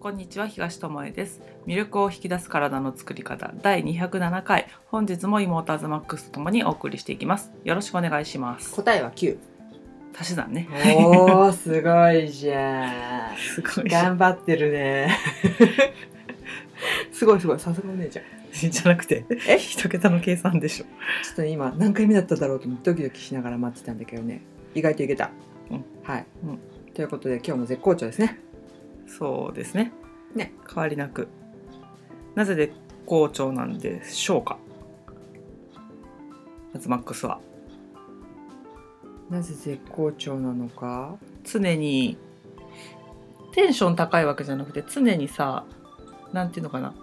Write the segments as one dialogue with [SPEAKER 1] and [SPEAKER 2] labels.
[SPEAKER 1] こんにちは東智恵です魅力を引き出す体の作り方第207回本日も妹アズマックスとともにお送りしていきますよろしくお願いします
[SPEAKER 2] 答えは9。
[SPEAKER 1] 足し算ね
[SPEAKER 2] おー、すごいじゃん。
[SPEAKER 1] すごいじゃ
[SPEAKER 2] 頑張ってるね。すごいすごい、さすがお姉ちゃん。
[SPEAKER 1] なくて
[SPEAKER 2] え
[SPEAKER 1] 一桁の計算でしょ
[SPEAKER 2] ちょっとね今、何回目だっただろうと思ってドキドキしながら待ってたんだけどね。意外といけた。
[SPEAKER 1] うん
[SPEAKER 2] はい、
[SPEAKER 1] うん
[SPEAKER 2] ということで、今日も絶好調ですね。
[SPEAKER 1] そうですね
[SPEAKER 2] ね
[SPEAKER 1] 変わりなくなぜで好調なんでしょうかアズマックスは
[SPEAKER 2] なぜ絶好調なのか。
[SPEAKER 1] 常にテンション高いわけじゃなくて常にさなんていうのかな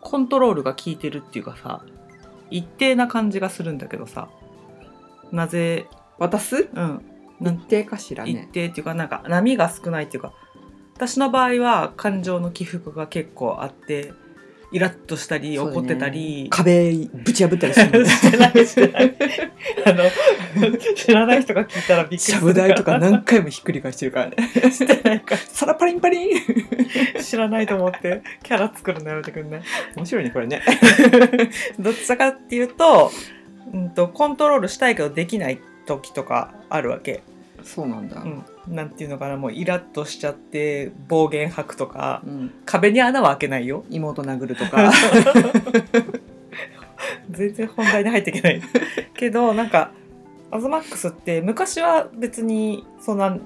[SPEAKER 1] コントロールが効いてるっていうかさ一定な感じがするんだけどさなぜ
[SPEAKER 2] 渡す
[SPEAKER 1] うんな
[SPEAKER 2] 一
[SPEAKER 1] ん
[SPEAKER 2] 定かしら
[SPEAKER 1] 一
[SPEAKER 2] ね。
[SPEAKER 1] 定っていうかなんか波が少ないっていうか私の場合は感情の起伏が結構あってイラッとしたり
[SPEAKER 2] そうだね
[SPEAKER 1] 怒ってた り、
[SPEAKER 2] 壁ぶち破ったりするの。
[SPEAKER 1] してないしてないあの知らない人が聞いたらびっくりす
[SPEAKER 2] し
[SPEAKER 1] る
[SPEAKER 2] ゃぶ台とか何回もひっくり返してるからね。
[SPEAKER 1] してないか
[SPEAKER 2] 皿パリンパリン。
[SPEAKER 1] 知らないと思ってキャラ作るのやめてくんない
[SPEAKER 2] 面白いね、これね。
[SPEAKER 1] どっちかっていうと,、うん、とコントロールしたいけどできない時とかあるわけ、
[SPEAKER 2] そうなんだ。
[SPEAKER 1] うん、なんていうのかなもうイラッとしちゃって暴言吐くとか
[SPEAKER 2] うん
[SPEAKER 1] 壁に穴は開けないよ
[SPEAKER 2] 妹殴るとか
[SPEAKER 1] 全然本題に入っていけないけどなんかアズマックスって昔は別にそんな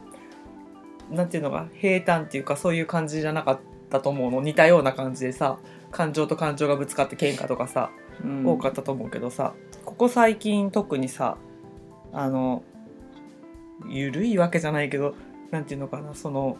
[SPEAKER 1] なんていうのが平坦っていうかそういう感じじゃなかったと思うの似たような感じでさ感情と感情がぶつかって喧嘩とかさ 多か
[SPEAKER 2] っ
[SPEAKER 1] ったと思うけどさ、ここ最近特にさあの緩いわけじゃないけどなんていうのかなその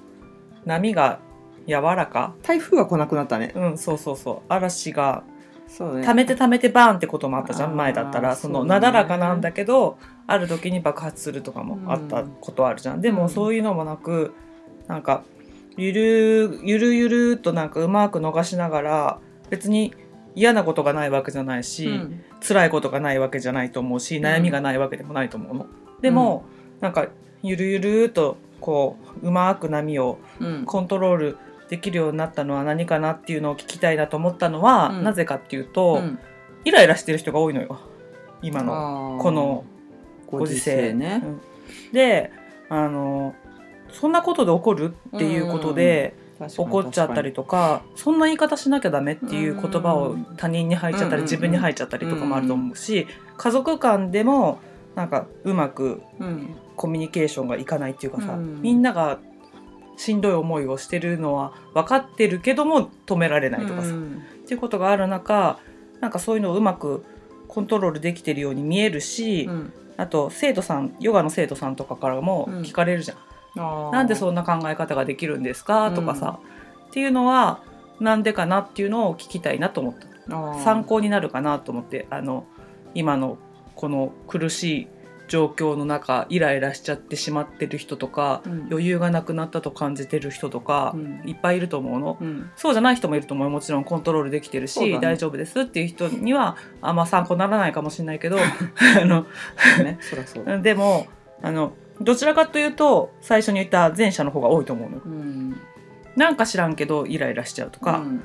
[SPEAKER 1] 波が柔らか
[SPEAKER 2] 台風が来なくなったね
[SPEAKER 1] うんそうそうそう嵐が
[SPEAKER 2] そうね
[SPEAKER 1] 溜めて溜めてバーンってこともあったじゃ
[SPEAKER 2] あ
[SPEAKER 1] ん
[SPEAKER 2] ー
[SPEAKER 1] 前だったらその
[SPEAKER 2] そう
[SPEAKER 1] な
[SPEAKER 2] だね
[SPEAKER 1] だらかなんだけどある時に爆発するとかもあったことあるじゃん、で
[SPEAKER 2] う
[SPEAKER 1] も
[SPEAKER 2] ん
[SPEAKER 1] そういうのもなくなんかゆるゆるゆるっとなんかうまく逃しながら別に嫌なことがないわけじゃないし、
[SPEAKER 2] うん
[SPEAKER 1] 辛いことがないわけじゃないと思うし
[SPEAKER 2] ん
[SPEAKER 1] 悩みがないわけでもないと思うの。でも、なんかゆるゆるっとこううまく波を
[SPEAKER 2] うん
[SPEAKER 1] コントロールできるようになったのは何かなっていうのを聞きたいなと思ったのは、
[SPEAKER 2] うん
[SPEAKER 1] なぜかっていうと、
[SPEAKER 2] うん
[SPEAKER 1] イライラしてる人が多いのよ今の
[SPEAKER 2] あー
[SPEAKER 1] このご
[SPEAKER 2] ご
[SPEAKER 1] 時
[SPEAKER 2] 時
[SPEAKER 1] 世
[SPEAKER 2] 世ね
[SPEAKER 1] うんであのそんなことで怒るっていうことで、怒っちゃったりとかそんな言い方しなきゃダメっていう言葉を他人に吐いちゃった
[SPEAKER 2] うんうんう
[SPEAKER 1] り
[SPEAKER 2] ん
[SPEAKER 1] 自分に吐いちゃったりとかもあると思うし家族間でもなんかうまく
[SPEAKER 2] うん
[SPEAKER 1] コミュニケーションがいかないっていうかさ、
[SPEAKER 2] うん
[SPEAKER 1] みんながしんどい思いをしてるのは分かってるけども止められないとかさ、
[SPEAKER 2] うん
[SPEAKER 1] っていうことがある中なんかそういうのをうまくコントロールできてるように見えるし、
[SPEAKER 2] うん
[SPEAKER 1] あと生徒さんヨガの生徒さんとかからも
[SPEAKER 2] うん
[SPEAKER 1] 聞かれるじゃん、
[SPEAKER 2] あー
[SPEAKER 1] なんでそんな考え方ができるんですかとかさ、っていうのはなんでかなっていうのを聞きたいなと思った、
[SPEAKER 2] あー
[SPEAKER 1] 参考になるかなと思ってあの今のこの苦しい状況の中イライラしちゃってしまってる人とか
[SPEAKER 2] うん
[SPEAKER 1] 余裕がなくなったと感じてる人とか
[SPEAKER 2] う、ん
[SPEAKER 1] いっぱいいると思うの。
[SPEAKER 2] うん
[SPEAKER 1] そうじゃない人もいると思うよもちろんコントロールできてるし、
[SPEAKER 2] そうだね
[SPEAKER 1] 大丈夫ですっていう人にはあんま参考にならないかもしれないけど あの
[SPEAKER 2] ねそりゃそう
[SPEAKER 1] でもあのどちらかというと最初に言った前者の方が多いと思うのよ
[SPEAKER 2] うん
[SPEAKER 1] なんか知らんけどイライラしちゃうとか、
[SPEAKER 2] うん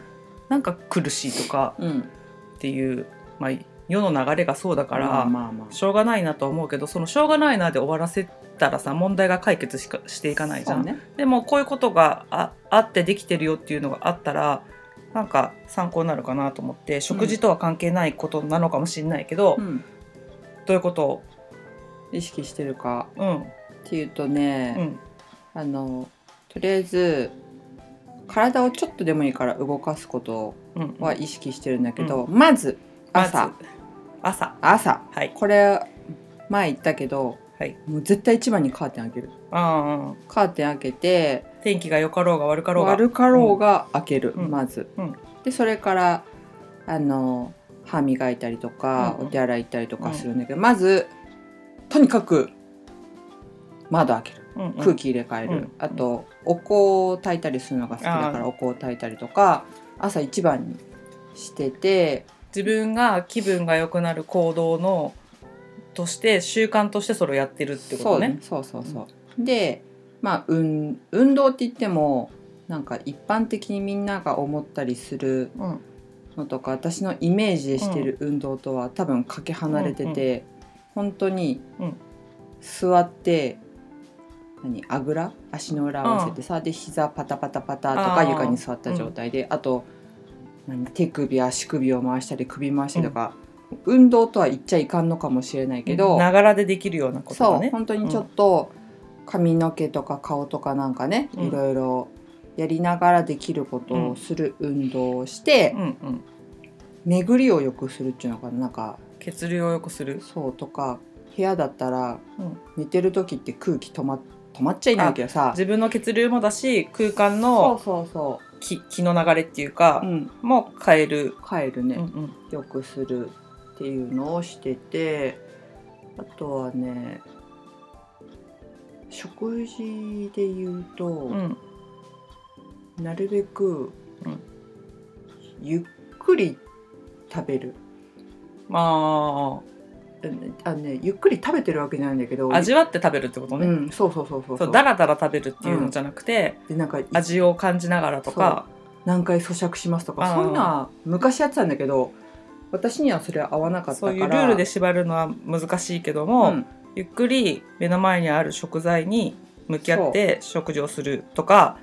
[SPEAKER 1] なんか苦しいとか
[SPEAKER 2] うん
[SPEAKER 1] っていう、まあ、世の流れがそうだから、
[SPEAKER 2] まあまあまあ
[SPEAKER 1] しょうがないなとは思うけどそのしょうがないなで終わらせたらさ問題が解決しかしていかないじゃん、
[SPEAKER 2] そうね
[SPEAKER 1] でもこういうことがああってできてるよっていうのがあったらなんか参考になるかなと思って食事とは関係ないことなのかもしれないけど、
[SPEAKER 2] うん
[SPEAKER 1] どういうことを
[SPEAKER 2] 意識してるか
[SPEAKER 1] うん
[SPEAKER 2] っていうと
[SPEAKER 1] う
[SPEAKER 2] ね
[SPEAKER 1] ん
[SPEAKER 2] あのとりあえず体をちょっとでもいいから動かすこと
[SPEAKER 1] うん
[SPEAKER 2] は意識してるんだけど、まず
[SPEAKER 1] ま
[SPEAKER 2] 朝
[SPEAKER 1] ず朝
[SPEAKER 2] 朝
[SPEAKER 1] はい
[SPEAKER 2] これ前言ったけど、
[SPEAKER 1] はい
[SPEAKER 2] もう絶対一番にカーテン開ける
[SPEAKER 1] あ
[SPEAKER 2] カーテン開けて
[SPEAKER 1] あ天気が良かろうが悪かろうが
[SPEAKER 2] 悪かろうが開ける、
[SPEAKER 1] うん
[SPEAKER 2] まず、
[SPEAKER 1] うん
[SPEAKER 2] でそれからあの歯磨いたりとか、
[SPEAKER 1] うんうん
[SPEAKER 2] お手洗い行ったりとかするんだけど、まずとにかく窓開ける
[SPEAKER 1] うんうん
[SPEAKER 2] 空気入れ替える、
[SPEAKER 1] うん
[SPEAKER 2] あとお香を炊いたりするのが好きだか
[SPEAKER 1] あー
[SPEAKER 2] らお香を炊いたりとか朝一番にしてて
[SPEAKER 1] 自分が気分が良くなる行動のとして習慣としてそれをやってるってこ
[SPEAKER 2] そ
[SPEAKER 1] と
[SPEAKER 2] う
[SPEAKER 1] ね
[SPEAKER 2] そうそうそう、でまあ、うん、運動って言ってもなんか一般的にみんなが思ったりする
[SPEAKER 1] うん
[SPEAKER 2] のとか私のイメージでしてる運動とは多分かけ離れてて、本当に
[SPEAKER 1] うん
[SPEAKER 2] 座って、何あぐら足の裏合わせてさ、で膝パタパタパタと
[SPEAKER 1] あ
[SPEAKER 2] か
[SPEAKER 1] ー
[SPEAKER 2] 床に座った状態で、あと何手首足首を回したり首回したりとか、運動とは言っちゃいかんのかもしれないけど、
[SPEAKER 1] ながらでできるようなこと
[SPEAKER 2] そ
[SPEAKER 1] だ
[SPEAKER 2] う
[SPEAKER 1] ね
[SPEAKER 2] 本当にちょっと髪の毛とか顔とかなんかね、
[SPEAKER 1] うん
[SPEAKER 2] いろいろやりながらできることをする運動をして。
[SPEAKER 1] うんうん
[SPEAKER 2] 巡りを良くするっていうのかななんか
[SPEAKER 1] 血流を良くする
[SPEAKER 2] そうとか部屋だったら、
[SPEAKER 1] うん
[SPEAKER 2] 寝てる時って空気止ま止まっちゃいないけどさ
[SPEAKER 1] 自分の血流もだし空間
[SPEAKER 2] そう
[SPEAKER 1] の
[SPEAKER 2] そうそ
[SPEAKER 1] 気気の流れっていう
[SPEAKER 2] う、う
[SPEAKER 1] か、
[SPEAKER 2] ん、
[SPEAKER 1] もう変える、
[SPEAKER 2] 帰る
[SPEAKER 1] うんう
[SPEAKER 2] ね、
[SPEAKER 1] ん
[SPEAKER 2] 良くするっていうのをしててあとはね食事で言うと、
[SPEAKER 1] うん
[SPEAKER 2] なるべく、
[SPEAKER 1] うん
[SPEAKER 2] ゆっくり食べる
[SPEAKER 1] ま
[SPEAKER 2] うんあの、ね、ゆっくり食べてるわけじゃないんだけど
[SPEAKER 1] あ味わって食べるってこと
[SPEAKER 2] う
[SPEAKER 1] ね、
[SPEAKER 2] ん、そうそうそうそう
[SPEAKER 1] そうだらだら食べるっていうのじゃなくて、
[SPEAKER 2] でなんか
[SPEAKER 1] 味を感じながらとか
[SPEAKER 2] 何回咀嚼しますと
[SPEAKER 1] あ
[SPEAKER 2] か
[SPEAKER 1] ー
[SPEAKER 2] そういうのは昔やってたんだけど私にはそれ合わなか
[SPEAKER 1] そう
[SPEAKER 2] ったから
[SPEAKER 1] いうルールで縛るのは難しいけども、
[SPEAKER 2] うん
[SPEAKER 1] ゆっくり目の前にある食材に向き合って食事をするとか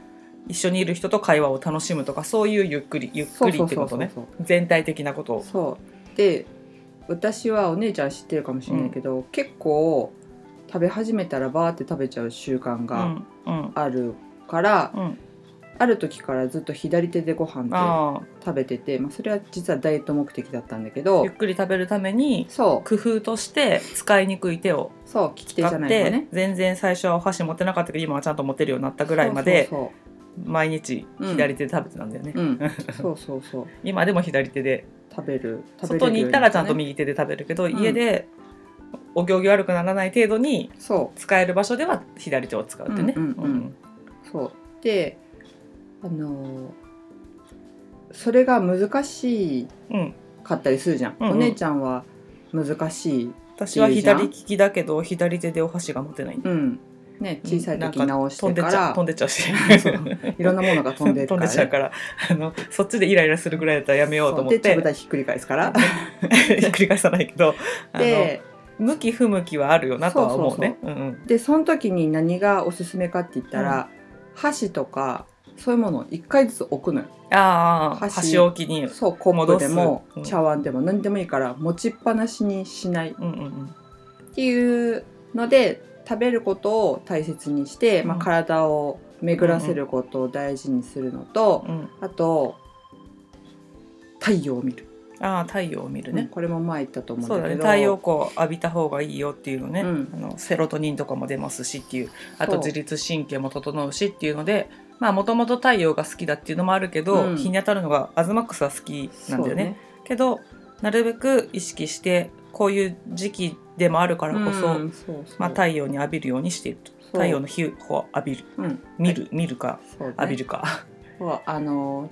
[SPEAKER 1] 一緒にいる人と会話を楽しむとかそういうゆっくりゆっ
[SPEAKER 2] そ
[SPEAKER 1] く
[SPEAKER 2] う
[SPEAKER 1] り
[SPEAKER 2] そう
[SPEAKER 1] って
[SPEAKER 2] そう
[SPEAKER 1] こと
[SPEAKER 2] そう
[SPEAKER 1] ね全体的なことを。
[SPEAKER 2] そうで私はお姉ちゃん知ってるかもしれないけど、結構食べ始めたらバーって食べちゃう習慣
[SPEAKER 1] う
[SPEAKER 2] が
[SPEAKER 1] んうん
[SPEAKER 2] あるから、
[SPEAKER 1] うん、
[SPEAKER 2] ある時からずっと左手でご飯
[SPEAKER 1] あ
[SPEAKER 2] で食べててまあ、それは実はダイエット目的だったんだけ
[SPEAKER 1] あ
[SPEAKER 2] ど
[SPEAKER 1] ゆっくり食べるために
[SPEAKER 2] そう
[SPEAKER 1] 工夫として使いにくい手を
[SPEAKER 2] そう利き手じ
[SPEAKER 1] 使
[SPEAKER 2] ゃ
[SPEAKER 1] っ
[SPEAKER 2] ないの
[SPEAKER 1] て、
[SPEAKER 2] ね
[SPEAKER 1] 全然最初はお箸持てなかったけど今はちゃんと持てるようになったぐらいまで
[SPEAKER 2] そうそう
[SPEAKER 1] 毎日左手で食べてたんだよね、
[SPEAKER 2] そ ううんそうそうそう
[SPEAKER 1] 今でも左手で
[SPEAKER 2] 食べる食べれる
[SPEAKER 1] 外に行ったらちゃんと
[SPEAKER 2] ようになっ
[SPEAKER 1] 右手で食べるけど、
[SPEAKER 2] ん
[SPEAKER 1] 家でお行儀悪くならない程度に
[SPEAKER 2] たねそう
[SPEAKER 1] 使える場所では左手を使うってね。
[SPEAKER 2] うんうんうんそうであのーそれが難し
[SPEAKER 1] うんうん
[SPEAKER 2] かったりするじゃん、
[SPEAKER 1] うんうん
[SPEAKER 2] お姉ちゃんは難しい、
[SPEAKER 1] 私はい
[SPEAKER 2] いじゃん
[SPEAKER 1] 左利きだけど左手でお箸が持てないんだ
[SPEAKER 2] うんね、小さい時に直してか
[SPEAKER 1] なん
[SPEAKER 2] ら、
[SPEAKER 1] 飛んでっちゃう飛んでっち
[SPEAKER 2] そ
[SPEAKER 1] ゃ
[SPEAKER 2] う
[SPEAKER 1] うし
[SPEAKER 2] いろんなものが飛んでるか
[SPEAKER 1] 飛ん
[SPEAKER 2] ら、
[SPEAKER 1] で
[SPEAKER 2] ね、
[SPEAKER 1] っちゃうからあのそっちでイライラするぐらいだったらやめようと思っ
[SPEAKER 2] そうでちゃ
[SPEAKER 1] て
[SPEAKER 2] ぶ台ひっくり返すから
[SPEAKER 1] ひっくり返さないけど あの
[SPEAKER 2] で
[SPEAKER 1] 向き不向きはあるよなとは思うね。うんうん
[SPEAKER 2] でその時に何がおすすめかって言ったら、箸とかそういうものを1回ずつ置くのよ
[SPEAKER 1] ああ
[SPEAKER 2] 箸
[SPEAKER 1] 箸置きに、うん
[SPEAKER 2] そうコップでも
[SPEAKER 1] 戻すうん
[SPEAKER 2] 茶碗でも何でもいいから持ちっぱなしにしない
[SPEAKER 1] うんうん、
[SPEAKER 2] っていうので食べることを大切にして、まあ、
[SPEAKER 1] うん
[SPEAKER 2] 体を巡らせることを大事にするのと、
[SPEAKER 1] うん
[SPEAKER 2] あと太陽を見る、
[SPEAKER 1] ああ太陽を見るね。
[SPEAKER 2] これも前言ったと思うん
[SPEAKER 1] そう
[SPEAKER 2] だ
[SPEAKER 1] だ
[SPEAKER 2] け
[SPEAKER 1] ね
[SPEAKER 2] ど
[SPEAKER 1] 太陽光浴びた方がいいよっていうのね、
[SPEAKER 2] うん
[SPEAKER 1] あのセロトニンとかも出ますしっていうあ
[SPEAKER 2] そ
[SPEAKER 1] と
[SPEAKER 2] う
[SPEAKER 1] 自律神経も整うしっていうのでまあもともと太陽が好きだっていうのもあるけど、
[SPEAKER 2] うん
[SPEAKER 1] 日に当たるのがアズマックスは好きなんだよねけどなるべく意識してこういう時期でもあるか
[SPEAKER 2] そ
[SPEAKER 1] ら
[SPEAKER 2] うね
[SPEAKER 1] こそ、
[SPEAKER 2] うんそうそう
[SPEAKER 1] まあ、太陽に浴びるようにしていると
[SPEAKER 2] そう
[SPEAKER 1] 太陽の日を浴びる
[SPEAKER 2] うん
[SPEAKER 1] 見る見るか
[SPEAKER 2] そうね
[SPEAKER 1] 浴びるか、
[SPEAKER 2] そうあの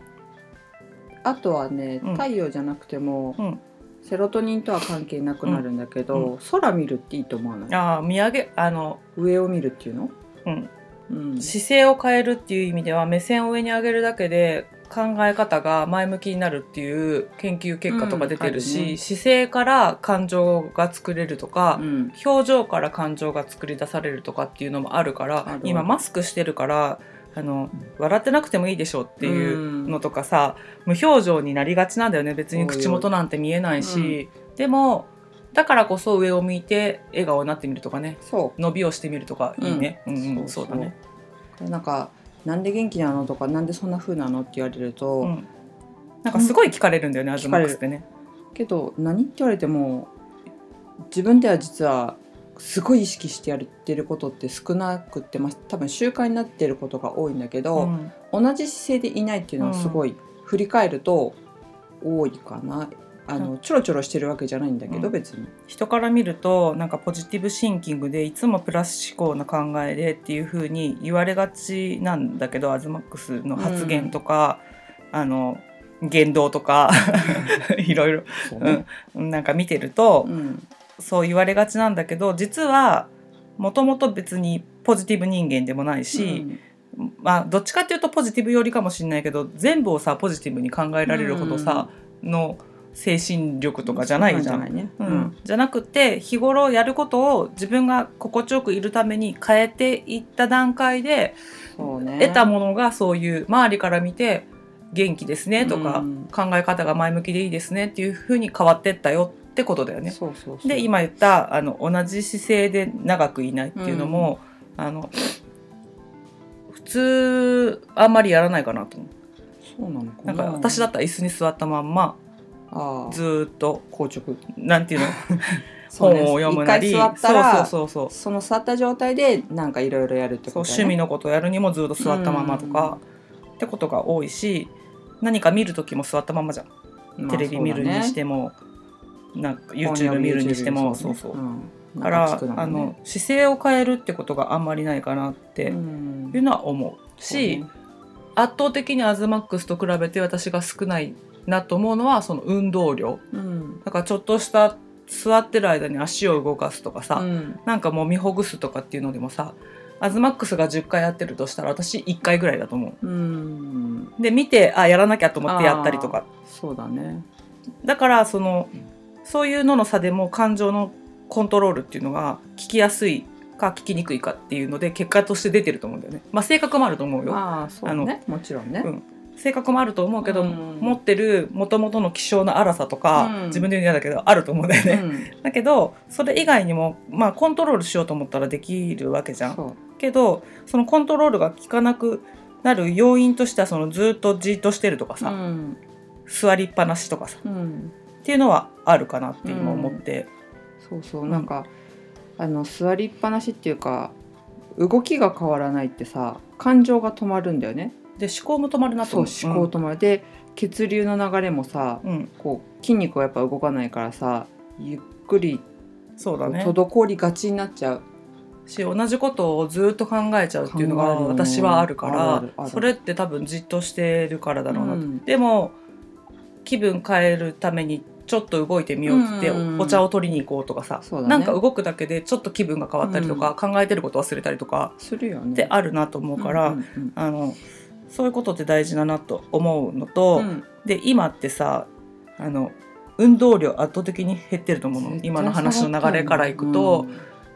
[SPEAKER 2] あとはね
[SPEAKER 1] うん
[SPEAKER 2] 太陽じゃなくても、
[SPEAKER 1] うん
[SPEAKER 2] セロトニンとは関係なくなるんだけど、
[SPEAKER 1] うん
[SPEAKER 2] 空見るっていいと思うのよ
[SPEAKER 1] ああ見上げあの
[SPEAKER 2] 上を見るっていうの、
[SPEAKER 1] うん
[SPEAKER 2] うん、
[SPEAKER 1] 姿勢を変えるっていう意味では目線を上に上げるだけで考え方が前向きになるっていう研究結果とか出てるし、
[SPEAKER 2] うんあるね
[SPEAKER 1] 姿勢から感情が作れるとか、
[SPEAKER 2] うん
[SPEAKER 1] 表情から感情が作り出されるとかっていうのもあるから
[SPEAKER 2] ある
[SPEAKER 1] 今マスクしてるからあの笑ってなくてもいいでしょうっていうのとかさ、無表情になりがちなんだよね別に口元なんて見えない
[SPEAKER 2] おい
[SPEAKER 1] し、でもだからこそ上を向いて笑顔になってみるとかね
[SPEAKER 2] そう
[SPEAKER 1] 伸びをしてみるとかいいね、うんうんそうだね。
[SPEAKER 2] でなんかなんで元気なのとかなんでそんな風なのって言われると、
[SPEAKER 1] うん、なんかすごい聞かれるんだよね、アズマックスってね。
[SPEAKER 2] けど何って言われても自分では実はすごい意識してやってることって少なくって、まあ、多分習慣になってることが多いんだけど、
[SPEAKER 1] ん
[SPEAKER 2] 同じ姿勢でいないっていうのはすごい、振り返ると多いかなあのちょろちょろしてるわけじゃないんだけど、
[SPEAKER 1] うん
[SPEAKER 2] 別に。
[SPEAKER 1] 人から見るとなんかポジティブシンキングでいつもプラス思考な考えでっていう風に言われがちなんだけどアズマックスの発言とか、あの言動と かいろいろ、
[SPEAKER 2] そう
[SPEAKER 1] うん、なんか見てると
[SPEAKER 2] うん
[SPEAKER 1] そう言われがちなんだけど実はもともと別にポジティブ人間でもないし、まあどっちかっていうとポジティブ寄りかもしれないけど全部をさポジティブに考えられるほどさ、の精神力とかじゃないじゃん。
[SPEAKER 2] ね
[SPEAKER 1] う
[SPEAKER 2] うんん、
[SPEAKER 1] じゃなくて日頃やることを自分が心地よくいるために変えていった段階で
[SPEAKER 2] そうね
[SPEAKER 1] 得たものがそういう周りから見て元気ですねとか、
[SPEAKER 2] うん
[SPEAKER 1] 考え方が前向きでいいですねっていう風に変わってったよってことだよね。
[SPEAKER 2] そうそうそう
[SPEAKER 1] で今言ったあの同じ姿勢で長くいないっていうのも、あの普通あんまりやらないかなと思う。
[SPEAKER 2] そうなのか
[SPEAKER 1] な
[SPEAKER 2] なん
[SPEAKER 1] か私だったら椅子に座ったまんま
[SPEAKER 2] ああ
[SPEAKER 1] ずーっと
[SPEAKER 2] 硬直
[SPEAKER 1] なんていうの
[SPEAKER 2] そうね
[SPEAKER 1] 本を読むなり
[SPEAKER 2] 一回座ったら
[SPEAKER 1] そうそうそうそう
[SPEAKER 2] その座った状態でなんかいろいろやるって
[SPEAKER 1] そ
[SPEAKER 2] こ
[SPEAKER 1] う
[SPEAKER 2] と
[SPEAKER 1] 趣味のことをやるにもずっと座ったままとか、ってことが多いし何か見る時も座ったままじゃん、
[SPEAKER 2] 味
[SPEAKER 1] テレビ見るにしてもなんか YouTube 見るにしてもそうそう、だから、あの姿勢を変えるってことがあんまりないかなって
[SPEAKER 2] うん
[SPEAKER 1] いうのは思うし、圧倒的にアズマックスと比べて私が少ないなと思うのはその運動量
[SPEAKER 2] うん
[SPEAKER 1] だからちょっとした座ってる間に足を動かすとかさ、
[SPEAKER 2] うん
[SPEAKER 1] なんかもみほぐすとかっていうのでもさアズマックスが10回やってるとしたら私1回ぐらいだと思
[SPEAKER 2] うん
[SPEAKER 1] うで見てあやらなきゃと思ってやったりとか
[SPEAKER 2] そうだね
[SPEAKER 1] だからそのそういうのの差でも感情のコントロールっていうのが聞きやすいか聞きにくいかっていうので結果として出てると思うんだよね。まあ性格もあると思うよ。
[SPEAKER 2] ああそうねもちろんね
[SPEAKER 1] うん性格もあると思うけど、
[SPEAKER 2] うん
[SPEAKER 1] 持ってる元々の気性の荒さとか、
[SPEAKER 2] うん
[SPEAKER 1] 自分で言うの嫌だけどあると思うんだよね。 だけどそれ以外にもまあコントロールしようと思ったらできるわけじ
[SPEAKER 2] う
[SPEAKER 1] ゃ
[SPEAKER 2] ん
[SPEAKER 1] ん。
[SPEAKER 2] そう
[SPEAKER 1] けどそのコントロールが効かなくなる要因としてはそのずっとじっとしてるとかさ、
[SPEAKER 2] うん
[SPEAKER 1] 座りっぱなしとかさ
[SPEAKER 2] うん
[SPEAKER 1] っていうのはあるかなって今思って、
[SPEAKER 2] そうそうなんかあの座りっぱなしっていうか動きが変わらないってさ感情が止まるんだよね
[SPEAKER 1] で思考も止まるなと
[SPEAKER 2] そう
[SPEAKER 1] 思
[SPEAKER 2] 思考止まるで血流の流れもさ
[SPEAKER 1] うん、うん
[SPEAKER 2] こう筋肉はやっぱ動かないからさゆっくり
[SPEAKER 1] そうだね
[SPEAKER 2] 滞りがちになっちゃう、
[SPEAKER 1] し同じことをずっと考えちゃうっていうのが
[SPEAKER 2] 考えるの
[SPEAKER 1] 私はあるか
[SPEAKER 2] あるあるあ
[SPEAKER 1] ら
[SPEAKER 2] る
[SPEAKER 1] それって多分じっとしてるからだろうなと、
[SPEAKER 2] うん
[SPEAKER 1] でも気分変えるためにちょっと動いてみようって言って、
[SPEAKER 2] うん
[SPEAKER 1] お茶を取りに行こうとかさ、
[SPEAKER 2] そうだね
[SPEAKER 1] なんか動くだけでちょっと気分が変わったりとか、考えてること忘れたりとか
[SPEAKER 2] するよね
[SPEAKER 1] ってあるなと思うから、
[SPEAKER 2] うんうん
[SPEAKER 1] あのそういうことって大事だなと思うのと、
[SPEAKER 2] うん
[SPEAKER 1] で今ってさあの運動量圧倒的に減ってると思うの
[SPEAKER 2] 絶対
[SPEAKER 1] 今の話の流れからいくと、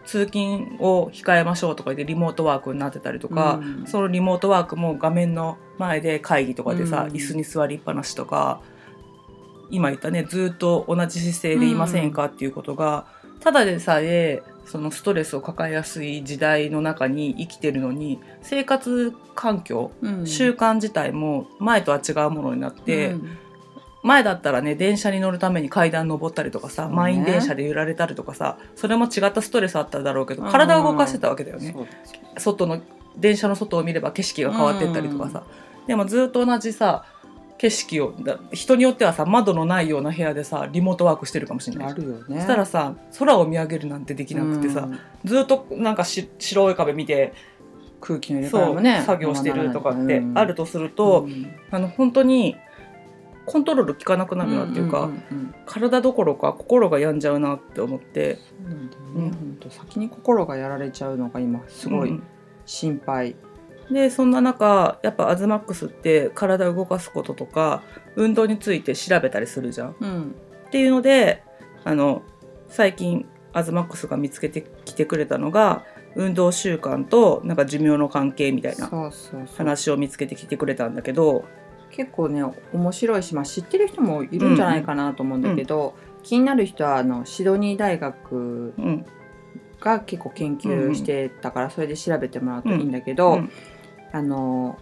[SPEAKER 1] 通勤を控えましょうとか言ってリモートワークになってたりと
[SPEAKER 2] うん
[SPEAKER 1] か、
[SPEAKER 2] うん
[SPEAKER 1] そのリモートワークも画面の前で会議とかでさ、
[SPEAKER 2] うん
[SPEAKER 1] 椅子に座りっぱなしとか今言ったねずっと同じ姿勢でいませんかっていうことが、ただでさえそのストレスを抱えやすい時代の中に生きてるのに生活環境
[SPEAKER 2] うん
[SPEAKER 1] 習慣自体も前とは違うものになって、
[SPEAKER 2] うん
[SPEAKER 1] 前だったらね電車に乗るために階段登ったりとかさ、
[SPEAKER 2] そうね
[SPEAKER 1] 満員電車で揺られたりとかさそれも違ったストレスあっただろうけど体を動かしてたわけだよね
[SPEAKER 2] そう
[SPEAKER 1] 外の電車の外を見れば景色が変わってったりとかさ、でもずっと同じさ景色をだ人によってはさ窓のないような部屋でさリモートワークしてるかもしれない
[SPEAKER 2] あるよね
[SPEAKER 1] そしたらさ空を見上げるなんてできなくてさ、
[SPEAKER 2] うん
[SPEAKER 1] ずっとなんかし白い壁見て、
[SPEAKER 2] 空気の入れ替え
[SPEAKER 1] そ
[SPEAKER 2] も
[SPEAKER 1] う
[SPEAKER 2] ね
[SPEAKER 1] 作業してるとかって
[SPEAKER 2] うん
[SPEAKER 1] あるとすると、
[SPEAKER 2] うん
[SPEAKER 1] あの本当にコントロール効かなくなるなっていうか、
[SPEAKER 2] んんうん
[SPEAKER 1] 体どころか心が病んじゃうなって思って
[SPEAKER 2] そうなんだよ
[SPEAKER 1] うん
[SPEAKER 2] ね本当先に心がやられちゃうのが今すご
[SPEAKER 1] う
[SPEAKER 2] い
[SPEAKER 1] ん
[SPEAKER 2] 心配
[SPEAKER 1] でそんな中やっぱアズマックスって体を動かすこととか運動について調べたりするじゃん。
[SPEAKER 2] うん
[SPEAKER 1] っていうのであの最近アズマックスが見つけてきてくれたのが運動習慣となんか寿命の関係みたいな
[SPEAKER 2] そうそうそう
[SPEAKER 1] 話を見つけてきてくれたんだけど
[SPEAKER 2] 結構ね面白いし、まあ、知ってる人もいるんじゃないかなと思うんだけど、気になる人はあのシドニー大学
[SPEAKER 1] うん
[SPEAKER 2] が結構研究してたから、それで調べてもらうといいんだけど、
[SPEAKER 1] うん
[SPEAKER 2] あの